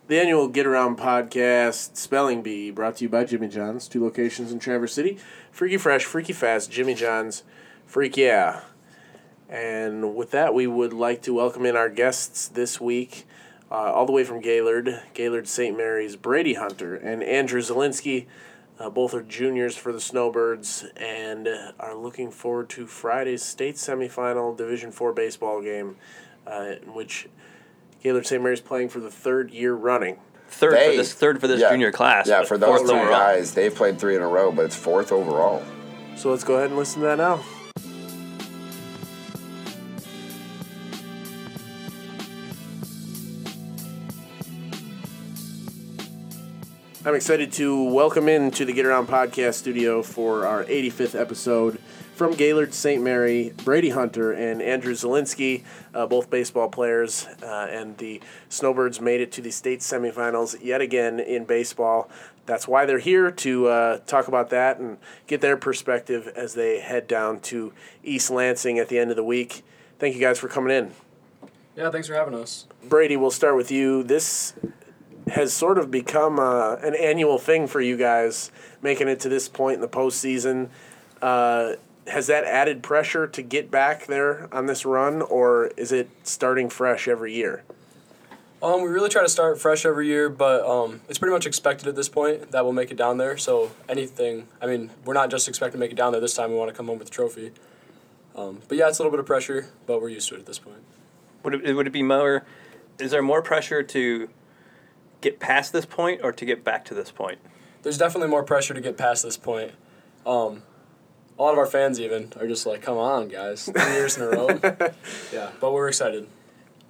The annual Get Around Podcast Spelling Bee brought to you by Jimmy John's, two locations in Traverse City. Freaky Fresh, Freaky Fast, Jimmy John's, Freak Yeah. And with that, we would like to welcome in our guests this week, uh, all the way from Gaylord, Gaylord St. Mary's, Brady Hunter and Andrew Zielinski. Uh, both are juniors for the Snowbirds and uh, are looking forward to Friday's state semifinal Division Four baseball game, uh, in which Gaylord St. Mary's playing for the third year running.
Third
They-
for this third for this
yeah.
junior class.
Yeah,
but
for those
fourth
three
overall.
guys, they've played three in a row, but it's fourth overall.
So let's go ahead and listen to that now. I'm excited to welcome in to the Get Around Podcast studio for our 85th episode from Gaylord St. Mary, Brady Hunter and Andrew Zielinski, uh, both baseball players, uh, and the Snowbirds made it to the state semifinals yet again in baseball. That's why they're here to uh, talk about that and get their perspective as they head down to East Lansing at the end of the week. Thank you guys for coming in.
Yeah, thanks for having us.
Brady, we'll start with you. This has sort of become uh, an annual thing for you guys, making it to this point in the postseason. Uh, has that added pressure to get back there on this run, or is it starting fresh every year?
Um, we really try to start fresh every year, but um, it's pretty much expected at this point that we'll make it down there. So anything, I mean, we're not just expecting to make it down there this time. We want to come home with a trophy. Um, but yeah, it's a little bit of pressure, but we're used to it at this point.
Would it, would it be more? Is there more pressure to get past this point or to get back to this point?
There's definitely more pressure to get past this point. Um, a lot of our fans even are just like, "Come on, guys, three years in a row." yeah, but we're excited.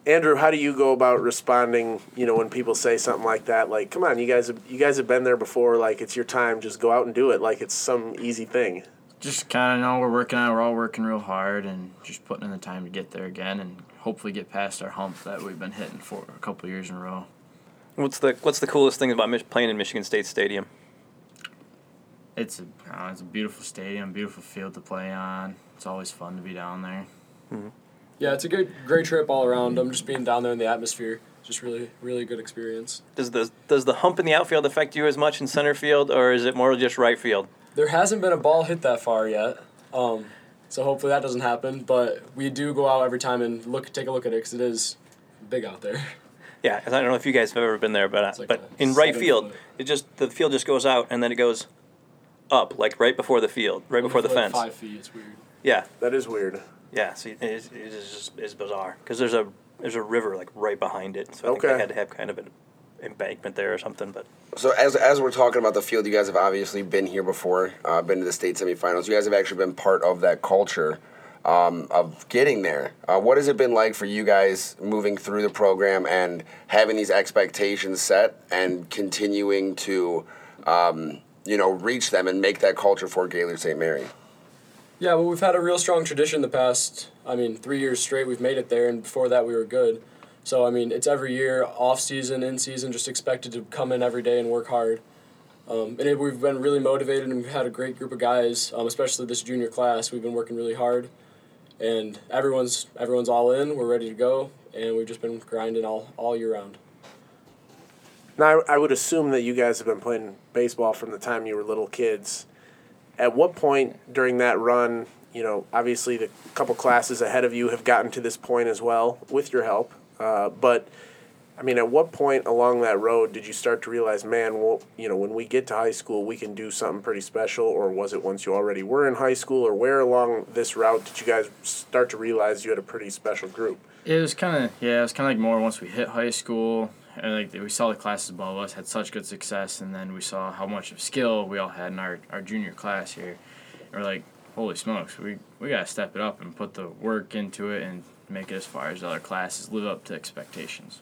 Andrew, how do you go about responding? You know, when people say something like that, like "Come on, you guys, have, you guys have been there before. Like it's your time. Just go out and do it. Like it's some easy thing."
just kind of know we're working on. it. We're all working real hard and just putting in the time to get there again and hopefully get past our hump that we've been hitting for a couple years in a row.
What's the What's the coolest thing about Mich- playing in Michigan State Stadium?
It's a, I don't know, it's a beautiful stadium, beautiful field to play on. It's always fun to be down there.
Yeah, it's a good, great trip all around. I'm just being down there in the atmosphere. Just really, really good experience.
Does the Does the hump in the outfield affect you as much in center field, or is it more just right field?
There hasn't been a ball hit that far yet, um, so hopefully that doesn't happen. But we do go out every time and look, take a look at it because it is big out there.
Yeah, 'cause I don't know if you guys have ever been there, but uh,
like
but
a
in right
seven
field,
foot.
it just the field just goes out and then it goes up, like right before the field, right before the
Like
fence.
Five feet, it's weird.
Yeah,
That is weird.
yeah. See, it is, it is just it's bizarre because there's a There's a river like right behind it, so I think
Okay.
they had to have kind of an embankment there or something. But
So as as we're talking about the field, you guys have obviously been here before, uh, been to the state semifinals. You guys have actually been part of that culture um, of getting there. Uh, what has it been like for you guys moving through the program and having these expectations set and continuing to, um, you know, reach them and make that culture for Gaylord St. Mary?
Yeah, well, we've had a real strong tradition the past, I mean, three years straight. We've made it there, and before that, we were good. So, I mean, it's every year, off season, in season, just expected to come in every day and work hard. Um, and it, we've been really motivated, and we've had a great group of guys, um, especially this junior class. We've been working really hard, and everyone's everyone's all in. We're ready to go, and we've just been grinding all, all year round.
Now, I, I would assume that you guys have been playing baseball from the time you were little kids. At what point during that run, you know, obviously the couple classes ahead of you have gotten to this point as well with your help. Uh, but, I mean, at what point along that road did you start to realize, man, well, you know, when we get to high school, we can do something pretty special? Or was it once you already were in high school? Or where along this route did you guys start to realize you had a pretty special group?
It was kind of yeah. It was kind of like more once we hit high school, and like we saw the classes above us had such good success, and then we saw how much of skill we all had in our, our junior class here. And we're like, holy smokes, we we gotta step it up and put the work into it and make it as far as the other classes, live up to expectations.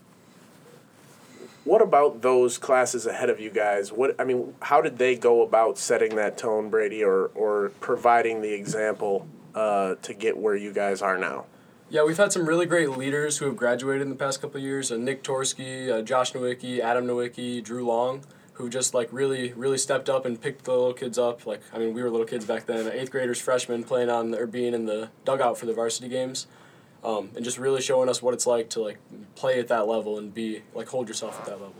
What about those classes ahead of you guys? What I mean, how did they go about setting that tone, Brady, or or providing the example uh, to get where you guys are now?
Yeah, we've had some really great leaders who have graduated in the past couple of years. Uh, Nick Torsky, uh, Josh Nowicki, Adam Nowicki, Drew Long, who just like really, really stepped up and picked the little kids up. Like, I mean, we were little kids back then, uh, eighth graders, freshmen, playing on or being in the dugout for the varsity games, um, and just really showing us what it's like to like play at that level and be like hold yourself at that level.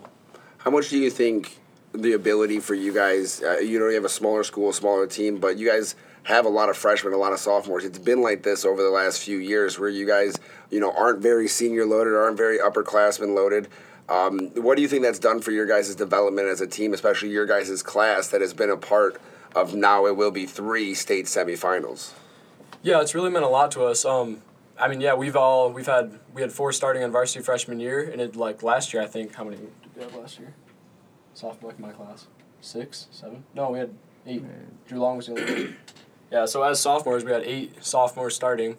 How much do you think the ability for you guys? Uh, you know, you have a smaller school, smaller team, but you guys have a lot of freshmen, a lot of sophomores. It's been like this over the last few years, where you guys, you know, aren't very senior loaded, aren't very upperclassmen loaded. Um, what do you think that's done for your guys' development as a team, especially your guys' class that has been a part of now it will be three state semifinals?
Yeah, it's really meant a lot to us. Um, I mean, yeah, we've all we've had we had four starting on varsity freshman year, and it like last year I think how many did we have last year? Sophomore in my class, six, seven? No, we had eight. Drew Long was the only. one. yeah, so as sophomores, we had eight sophomores starting,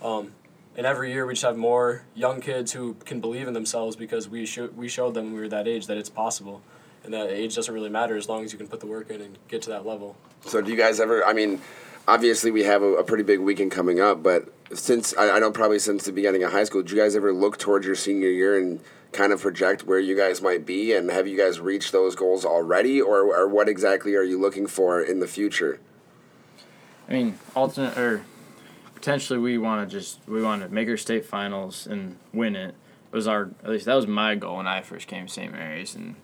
um, and every year we just have more young kids who can believe in themselves because we sho- we showed them when we were that age that it's possible, and that age doesn't really matter as long as you can put the work in and get to that level.
So do you guys ever? I mean, obviously we have a, a pretty big weekend coming up, but since I, I know probably since the beginning of high school, do you guys ever look towards your senior year and kind of project where you guys might be, and have you guys reached those goals already, or or what exactly are you looking for in the future?
I mean, alternate or potentially we want to just we want to make our state finals and win it. It was our at least that was my goal when I first came to St. Mary's and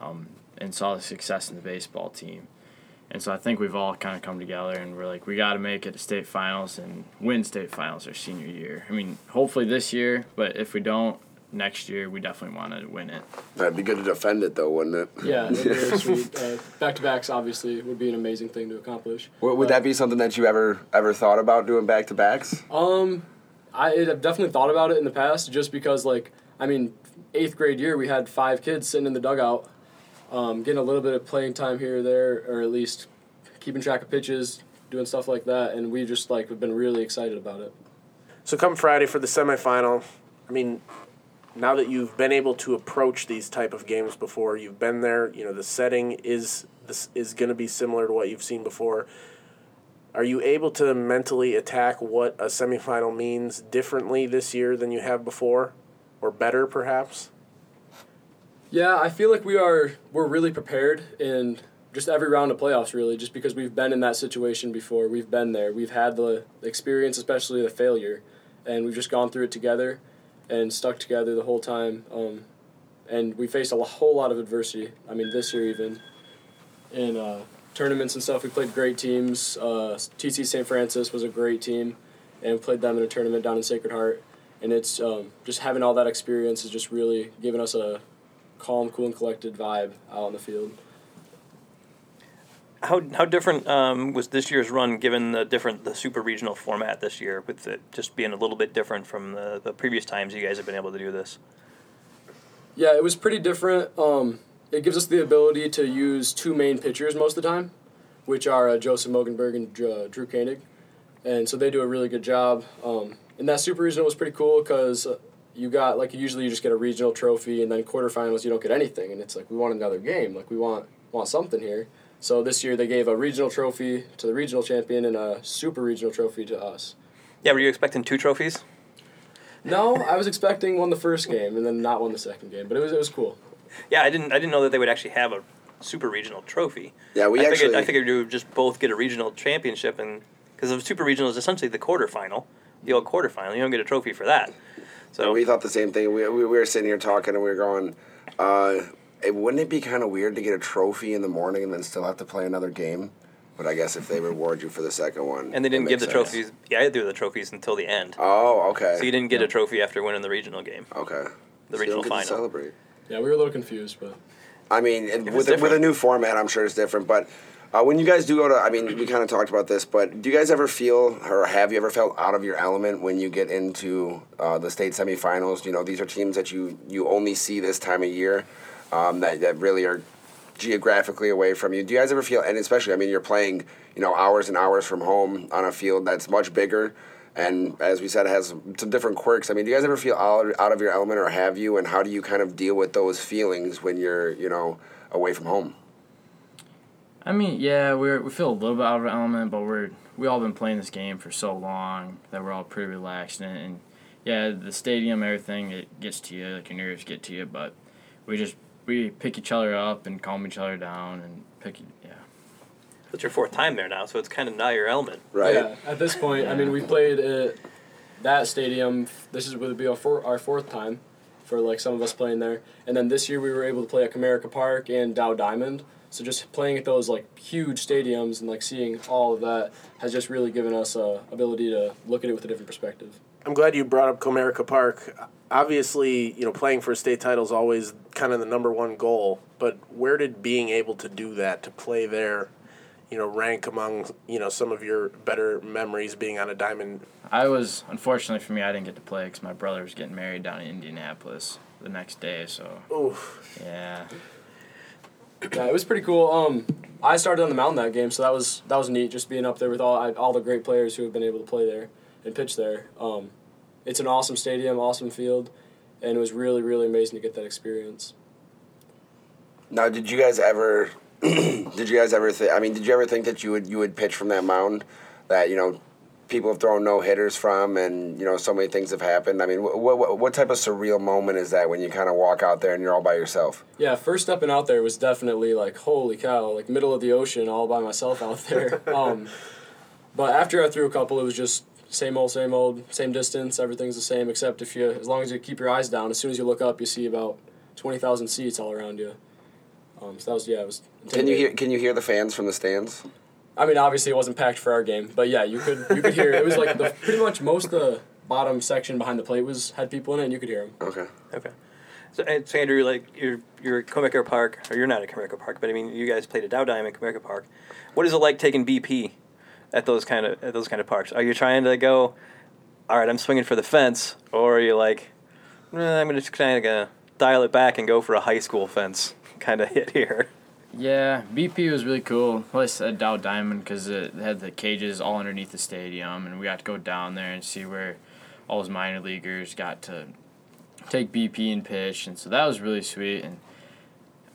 um, and saw the success in the baseball team. And so I think we've all kind of come together and we're like we got to make it to state finals and win state finals our senior year. I mean, hopefully this year, but if we don't next year, we definitely want to win it.
That'd be good to defend it though, wouldn't it?
Yeah, that'd be really sweet. Uh, back to backs obviously would be an amazing thing to accomplish.
Would, would that be something that you ever ever thought about doing back to backs?
Um, I I've definitely thought about it in the past, just because like I mean, eighth grade year we had five kids sitting in the dugout, um, getting a little bit of playing time here or there, or at least keeping track of pitches, doing stuff like that, and we just like have been really excited about it.
So come Friday for the semifinal. I mean, now that you've been able to approach these type of games before, you've been there. You know the setting is this is going to be similar to what you've seen before. Are you able to mentally attack what a semifinal means differently this year than you have before, or better perhaps?
Yeah, I feel like we are we're really prepared in just every round of playoffs really, just because we've been in that situation before. We've been there. We've had the experience, especially the failure, and we've just gone through it together and stuck together the whole time. Um, and we faced a lo- whole lot of adversity. I mean, this year even in uh, tournaments and stuff, we played great teams. Uh, TC St. Francis was a great team, and played them in a tournament down in Sacred Heart. And it's um, just having all that experience has just really given us a calm, cool, and collected vibe out on the field.
how how different um, was this year's run given the different the super regional format this year with it just being a little bit different from the, the previous times you guys have been able to do this?
Yeah, it was pretty different. Um, it gives us the ability to use two main pitchers most of the time, which are uh, Joseph Mogenberg and Dr- uh, Drew Koenig. And so they do a really good job. Um, and that super regional was pretty cool because you got, like, usually you just get a regional trophy, and then quarterfinals, you don't get anything. And it's like, we want another game. Like, we want, want something here. So this year they gave a regional trophy to the regional champion and a super regional trophy to us.
Yeah, were you expecting two trophies?
No, I was expecting won the first game and then not won the second game, but it was it was cool.
Yeah, I didn't I didn't know that they would actually have a super regional trophy.
Yeah, we
I
actually.
figured, I figured you would just both get a regional championship, and because the super regional is essentially the quarterfinal, the old quarterfinal. You don't get a trophy for that. So
we thought the same thing. We, we, we were sitting here talking and we were going, uh, it, wouldn't it be kind of weird to get a trophy in the morning and then still have to play another game? But I guess if they reward you for the second one.
and they didn't
it
give the
makes sense.
trophies. Yeah, I threw the trophies until the end.
Oh, okay.
so you didn't get a trophy after winning the regional game.
Okay.
The
So you don't get
regional
to
final.
celebrate.
Yeah, we were a little confused, but
I mean, and with
was
a, with a
different.
new format, I'm sure it's different. But uh, when you guys do go to, I mean, we kind of talked about this, but do you guys ever feel, or have you ever felt out of your element when you get into uh, the state semifinals? You know, these are teams that you you only see this time of year, um, that that really are geographically away from you. Do you guys ever feel, and especially, I mean, you're playing, you know, hours and hours from home on a field that's much bigger. And as we said, has some different quirks. I mean, do you guys ever feel out, out of your element, or have you? And how do you kind of deal with those feelings when you're, you know, away from home?
I mean, yeah, we're, we feel a little bit out of our element, but we're we all been playing this game for so long that we're all pretty relaxed and, and yeah, the stadium, everything it gets to you, like your nerves get to you, but we just we pick each other up and calm each other down and pick yeah.
It's your fourth time there now, so it's kind of not your element.
Right?
yeah, at this point, I mean, we played at that stadium. This is would be our, four, our fourth time for like some of us playing there, and then this year we were able to play at Comerica Park and Dow Diamond. So just playing at those like huge stadiums and like seeing all of that has just really given us a ability to look at it with a different perspective.
I'm glad you brought up Comerica Park. Obviously, you know, playing for a state title is always kind of the number one goal, but where did being able to do that, to play there, you know, rank among, you know, some of your better memories being on a diamond?
I was unfortunately for me, I didn't get to play because my brother was getting married down in Indianapolis the next day. So
Oof.
yeah,
Yeah, it was pretty cool. Um, I started on the mountain that game, so that was that was neat. Just being up there with all I, all the great players who have been able to play there and pitch there. Um, it's an awesome stadium, awesome field, and it was really really amazing to get that experience.
Now, did you guys ever? did you guys ever? Th- I mean, did you ever think that you would you would pitch from that mound that you know people have thrown no hitters from, and you know so many things have happened? I mean, what what what type of surreal moment is that when you kind of walk out there and you're all by yourself?
Yeah, first stepping out there was definitely like holy cow, like middle of the ocean, all by myself out there. um, but after I threw a couple, it was just same old, same old, same distance. Everything's the same except if you, as long as you keep your eyes down. As soon as you look up, you see about twenty thousand seats all around you. Um, so that was yeah, it was.
Can you
intimidating.
hear Can you hear the fans from the stands?
I mean, obviously it wasn't packed for our game, but yeah, you could you could hear it was like the, pretty much most of the bottom section behind the plate was had people in it, and you could hear them.
Okay.
Okay. So, and so Andrew, like you're you're at Comerica Park, or you're not at Comerica Park, but I mean, you guys played at Dow Diamond, Comerica Park. What is it like taking BP at those kind of at those kind of parks? Are you trying to go? All right, I'm swinging for the fence, or are you like, "Eh, I'm gonna just kind of gonna dial it back and go for a high school fence kind of hit here?
yeah. BP was really cool. Plus at Dow Diamond because it had the cages all underneath the stadium, and we got to go down there and see where all those minor leaguers got to take BP and pitch, and so that was really sweet. And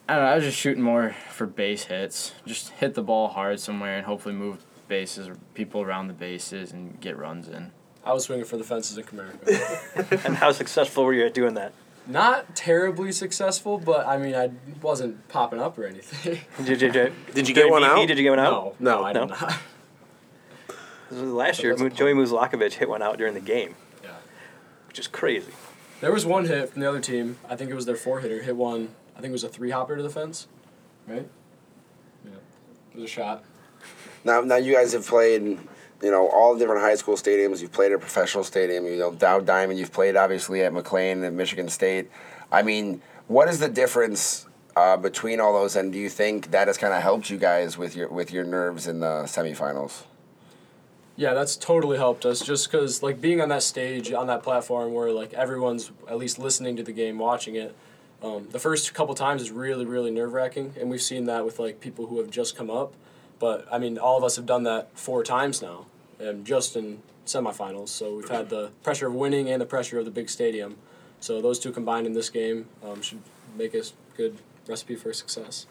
I don't know, I was just shooting more for base hits, just hit the ball hard somewhere, and hopefully move bases or people around the bases and get runs in.
I was swinging for the fences in Comerica.
and how successful were you at doing that?
Not terribly successful, but I mean, I wasn't popping up or anything.
Did, did, did,
Did you get one
BP,
out?
Did you get one out?
No,
No,
I
no.
did not.
This was last year,
That was a
Joey Muzlakovic hit one out during the game,
Yeah.
which is crazy.
There was one hit from the other team. I think it was their four hitter. Hit one. I think it was a three hopper to the fence. Right. Yeah. It was a shot.
Now, now you guys have played, you know, all the different high school stadiums. You've played at a professional stadium. You know, Dow Diamond. You've played obviously at McLean and Michigan State. I mean, what is the difference uh, between all those, and do you think that has kind of helped you guys with your with your nerves in the semifinals?
Yeah, that's totally helped us just because, like, being on that stage, on that platform where, like, everyone's at least listening to the game, watching it, um, the first couple times is really, really nerve wracking. And we've seen that with, like, people who have just come up. But, I mean, all of us have done that four times now, and just in semifinals. So we've had the pressure of winning and the pressure of the big stadium. So those two combined in this game um, should make us good recipe for success.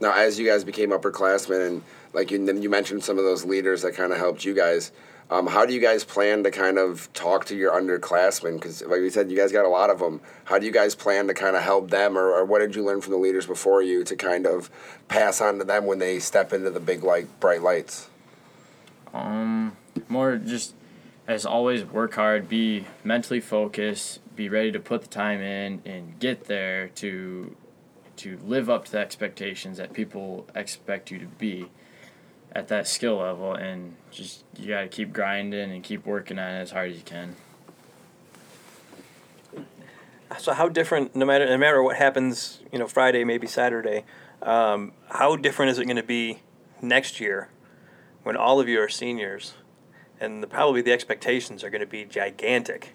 Now, as you guys became upperclassmen, and like you, you mentioned, some of those leaders that kind of helped you guys. Um, how do you guys plan to kind of talk to your underclassmen? Because, like we said, you guys got a lot of them. How do you guys plan to kind of help them, or, or what did you learn from the leaders before you to kind of pass on to them when they step into the big light, bright lights?
Um, more just as always, work hard, be mentally focused, be ready to put the time in, and get there to to live up to the expectations that people expect you to be at that skill level, and just you gotta keep grinding and keep working on it as hard as you can.
So how different, no matter no matter what happens, you know, Friday maybe Saturday, um, how different is it going to be next year when all of you are seniors, and the, probably the expectations are going to be gigantic.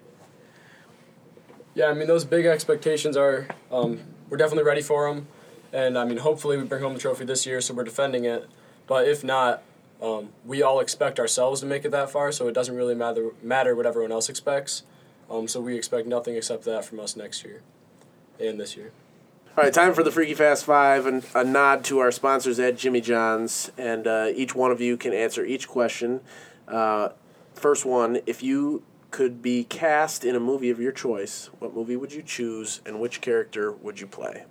Yeah, I mean those big expectations are. Um, we're definitely ready for them, and I mean hopefully we bring home the trophy this year, so we're defending it. But if not, um, we all expect ourselves to make it that far, so it doesn't really matter matter what everyone else expects. Um, so we expect nothing except that from us next year, and this year.
All right, time for the Freaky Fast Five, and a nod to our sponsors at Jimmy John's. And uh, each one of you can answer each question. Uh, first one: If you could be cast in a movie of your choice, what movie would you choose, and which character would you play?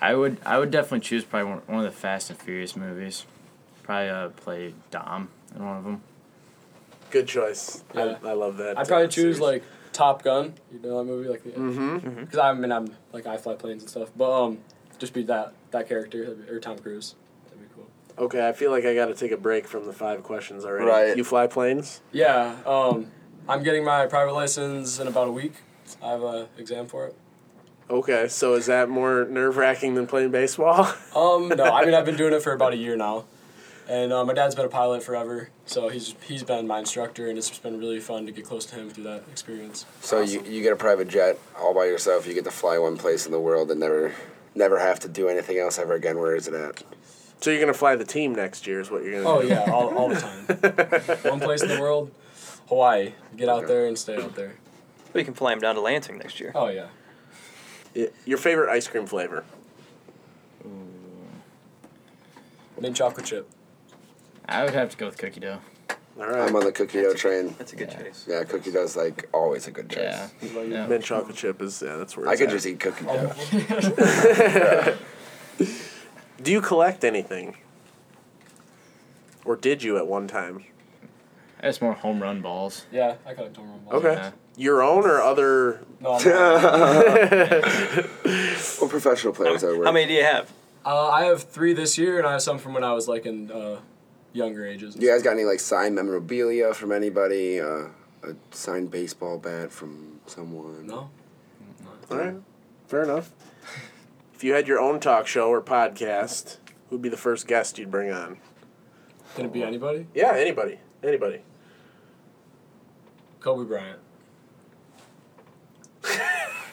I would I would definitely choose probably one, one of the Fast and Furious movies. Probably uh, play Dom in one of them.
Good choice.
Yeah.
I, I love that.
I'd probably
uh,
choose
series.
like Top Gun. You know that movie, like the because
Mhm.
Mm-hmm.
I mean I'm like I fly planes and stuff, but um, just be that that character that'd be- or Tom Cruise. That'd be cool.
Okay, I feel like I got to take a break from the five questions already.
Right.
You fly planes?
Yeah, um, I'm getting my private license in about a week. I have a exam for it.
Okay, so is that more nerve wracking than playing baseball?
Um, no, I mean I've been doing it for about a year now, and uh, my dad's been a pilot forever, so he's he's been my instructor, and it's just been really fun to get close to him through that experience.
So you, you get a private jet all by yourself. You get to fly one place in the world and never never have to do anything else ever again. Where is it at?
so you're gonna fly the team next year? Is what you're gonna
Oh
do?
yeah, all, all the time. One place in the world, Hawaii. Get out there and stay out there.
We can fly him down to Lansing next year.
Oh yeah.
Y- Your favorite ice cream flavor?
Mint chocolate chip.
I would have to go with cookie dough.
All
I'm
right,
on the cookie dough train.
That's a good
Yeah.
choice.
Yeah, cookie dough's like always a good choice.
Yeah. Yeah.
mint chocolate chip is yeah, that's where
I
it's
could
at.
just eat cookie dough.
Do you collect anything? Or did you at one time?
That's more home run balls.
Yeah, I got a dorm room.
Okay.
Yeah.
Your own or other?
No, I'm-
Well, professional players that work.
How many do you have?
uh, I have three this year, and I have some from when I was like in uh, younger ages.
You guys got any like signed memorabilia from anybody? Uh, a signed baseball bat from someone?
No.
All right, fair enough. If you had your own talk show or podcast, who'd be the first guest you'd bring on?
Can it be anybody?
Yeah, anybody, anybody.
Kobe Bryant.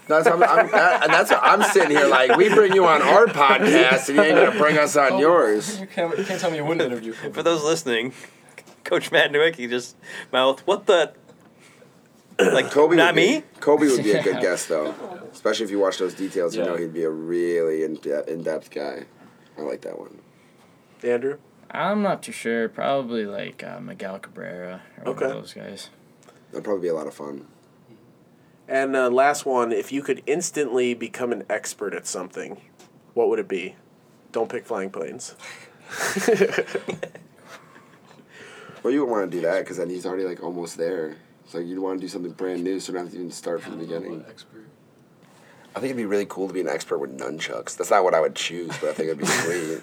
That's I'm, I'm, that, and that's I'm sitting here like we bring you on our podcast and you ain't gonna bring us on yours.
You can't, you can't tell me you wouldn't interview Kobe.
For those listening, Coach Matt Nowicki just mouthed, "What the." Like
Kobe,
not
would be-
me.
Kobe would be a good guest though, especially if you watch those details. You
Yeah.
know he'd be a really in depth in depth guy. I like that one.
Andrew.
I'm not too sure. Probably like uh, Miguel Cabrera or one
Okay.
of those guys.
That'd probably be a lot of fun.
And uh, last one, if you could instantly become an expert at something, what would it be? Don't pick flying planes.
Well, you wouldn't want to do that because then he's already like almost there. So you'd want to do something brand new, so you don't have to even start from the beginning.
Expert.
I think it'd be really cool to be an expert with nunchucks. That's not what I would choose, but I think it'd be sweet.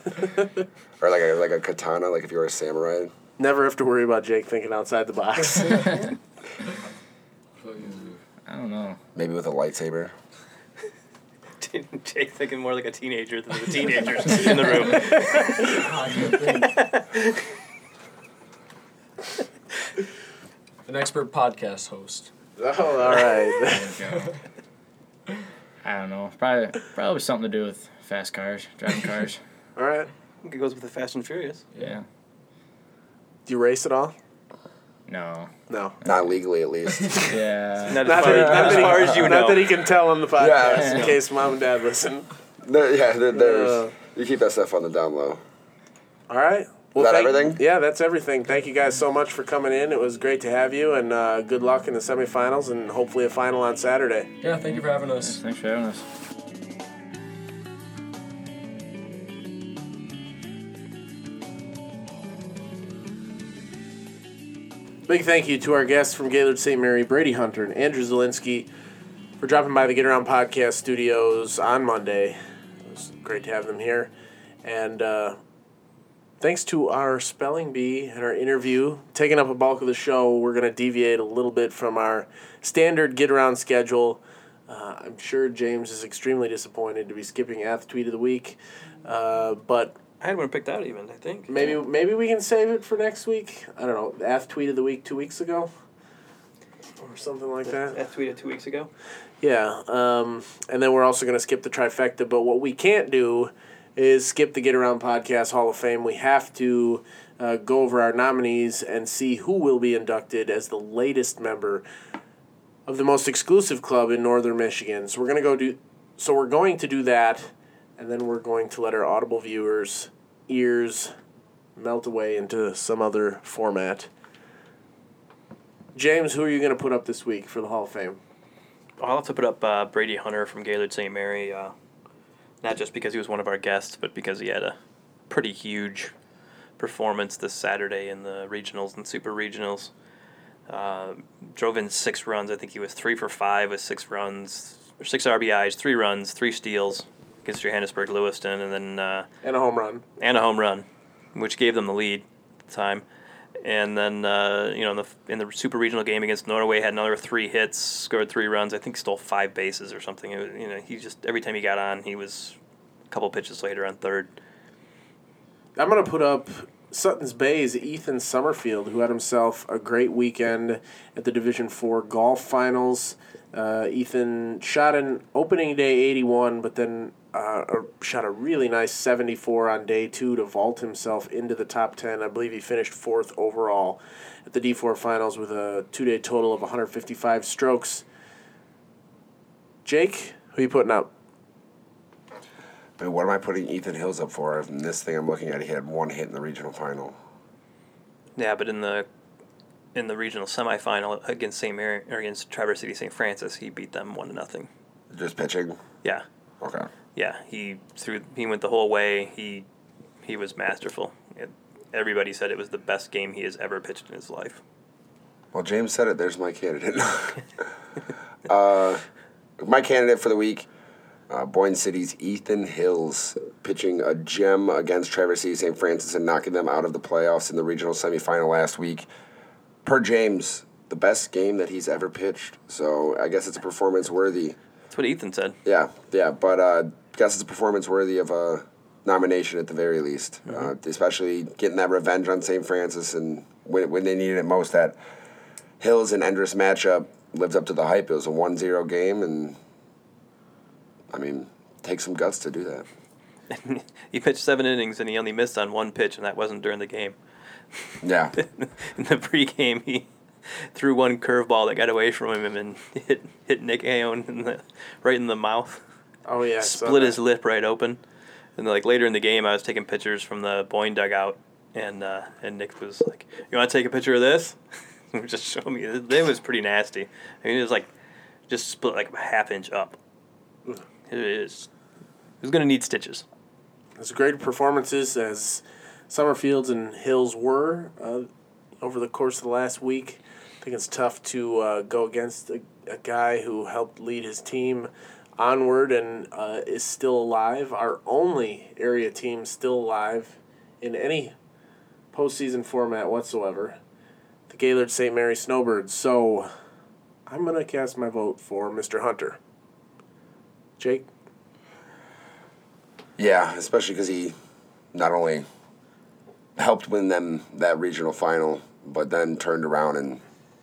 or like a, like a katana, like if you were a samurai.
Never have to worry about Jake thinking outside the box.
I don't know.
Maybe with a lightsaber.
Jake thinking more like a teenager than the teenagers in the room.
An expert podcast host.
Oh, all right.
I don't know. Probably probably something to do with fast cars, driving cars.
All right.
It goes with the Fast and Furious.
yeah.
Do you race at all?
No.
No.
Not legally, at least.
Yeah.
Not as far,
that-
not as,
that
far
he-
as you
not
know.
that he can tell on the podcast
Yeah.
in case mom and dad listen.
No, yeah, there, there's.
Uh.
you keep that stuff on the down low.
All right. Well,
Is that
thank-
everything?
Yeah, that's everything. Thank you guys so much for coming in. It was great to have you, and uh, good luck in the semifinals and hopefully a final on Saturday.
Yeah, thank you for having us.
Thanks for having us.
Big thank you to our guests from Gaylord St. Mary, Brady Hunter, and Andrew Zielinski for dropping by the Get Around Podcast Studios on Monday. It was great to have them here. And uh, thanks to our spelling bee and our interview, taking up a bulk of the show, we're going to deviate a little bit from our standard Get Around schedule. Uh, I'm sure James is extremely disappointed to be skipping at the tweet of the week, uh, but
I had one picked out even, I think.
maybe maybe we can save it for next week. I don't know. The Ath tweet of the week two weeks ago, or something like that.
That tweeted two weeks ago.
Yeah. Um, and then we're also going to skip the trifecta. But what we can't do is skip the Get Around Podcast Hall of Fame. We have to uh, go over our nominees and see who will be inducted as the latest member of the most exclusive club in Northern Michigan. So we're going to go do. So we're going to do that, and then we're going to let our audible viewers' ears melt away into some other format. James, who are you going to put up this week for the Hall of Fame?
I'll have to put up uh, Brady Hunter from Gaylord St. Mary, uh, not just because he was one of our guests, but because he had a pretty huge performance this Saturday in the regionals and super regionals. Uh, drove in six runs. I think he was three for five with six runs, or six RBIs, three runs, three steals against Johannesburg Lewiston, and then uh,
And a home run.
and a home run, which gave them the lead at the time. And then uh, you know in the in the super regional game against Norway had another three hits, scored three runs. I think stole five bases or something. It was, you know he just every time he got on, he was a couple pitches later on third.
I'm going to put up Sutton's Bay's Ethan Summerfield, who had himself a great weekend at the Division Four golf finals. Uh, Ethan shot an opening day 81, but then uh, or shot a really nice 74 on day two to vault himself into the top 10. I believe he finished fourth overall at the D4 finals with a two day total of 155 strokes. Jake, who you putting up?
But what am I putting Ethan Hills up for? If this thing I'm looking at, he had one hit in the regional final.
Yeah, but in the in the regional semifinal against St. Mary or against Traverse City St. Francis, he beat them one to nothing.
Just pitching.
Yeah,
Okay.
yeah, he threw. He went the whole way. He he was masterful. It, everybody said it was the best game he has ever pitched in his life.
Well, James said it. There's my candidate. uh, my candidate for the week, uh, Boyne City's Ethan Hills, pitching a gem against Traverse City St. Francis and knocking them out of the playoffs in the regional semifinal last week. Per James, the best game that he's ever pitched. So I guess it's a performance worthy.
That's what Ethan said.
Yeah, yeah, but uh, guess it's a performance worthy of a nomination at the very least, uh, especially getting that revenge on St. Francis and when, when they needed it most. That Hills and Endress matchup lived up to the hype. It was a 1-0 game, and I mean, take some guts to do that.
He pitched seven innings and he only missed on one pitch, and that wasn't during the game.
Yeah,
In the pregame, he threw one curveball that got away from him and hit hit Nick Aon in the right in the mouth,
Oh, yeah. I saw
split
that.
his lip right open. And like later in the game, I was taking pictures from the Boyne dugout, and uh, and Nick was like, "You want to take a picture of this?" just show me. It was pretty nasty. I mean, it was like just split like a half inch up. It is. It was gonna need stitches.
as great performances as Summerfields and Hills were uh, over the course of the last week, I think it's tough to uh, go against a, a guy who helped lead his team onward and uh, is still alive. Our only area team still alive in any postseason format whatsoever, the Gaylord St. Mary Snowbirds. So I'm going to cast my vote for Mr. Hunter. Jake?
Yeah, especially because he not only helped win them that regional final, but then turned around and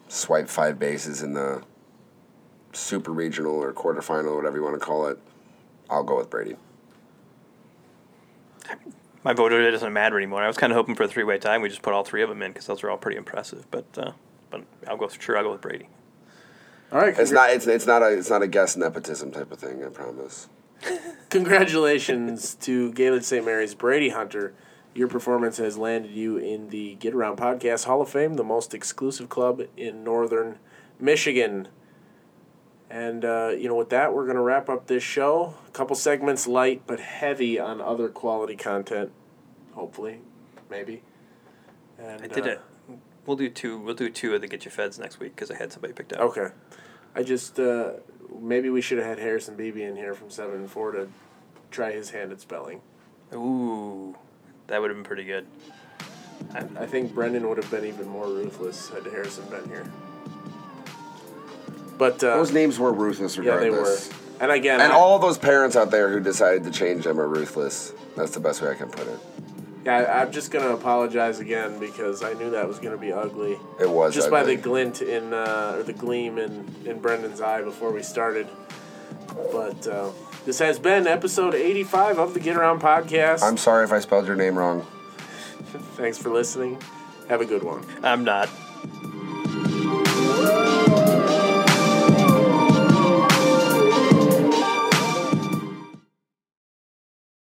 swiped five bases in the super regional or quarterfinal, whatever you want to call it. I'll go with Brady.
My vote it doesn't matter anymore. I was kind of hoping for a three way tie. and We just put all three of them in because those were all pretty impressive. But uh, but I'll go sure I'll go with Brady.
All right.
It's not. It's, it's not a. It's not a guess nepotism type of thing. I promise.
Congratulations to Gaylord St. Mary's Brady Hunter. Your performance has landed you in the Get Around Podcast Hall of Fame, the most exclusive club in northern Michigan. And, uh, you know, with that, we're going to wrap up this show. A couple segments light but heavy on other quality content, hopefully, maybe. And,
I did
uh,
it. We'll do two. We'll do two of the Get Your Feds next week because I had somebody picked up.
Okay. I just, uh, maybe we should have had Harrison Beebe in here from 7 and 4 to try his hand at spelling.
Ooh, that would have been pretty good.
I think Brendan would have been even more ruthless had Harrison been here. But uh,
Those names were ruthless,
yeah, they were.
regardless.
And again,
And
I-
all those parents out there who decided to change them are ruthless. That's the best way I can put it.
yeah, I- I'm just gonna apologize again because I knew that was gonna be ugly.
It was
Just by
ugly.
the glint in uh, or the gleam in in Brendan's eye before we started. But uh, this has been episode 85 of the Get Around Podcast.
I'm sorry if I spelled your name wrong.
Thanks for listening. Have a good one.
I'm not.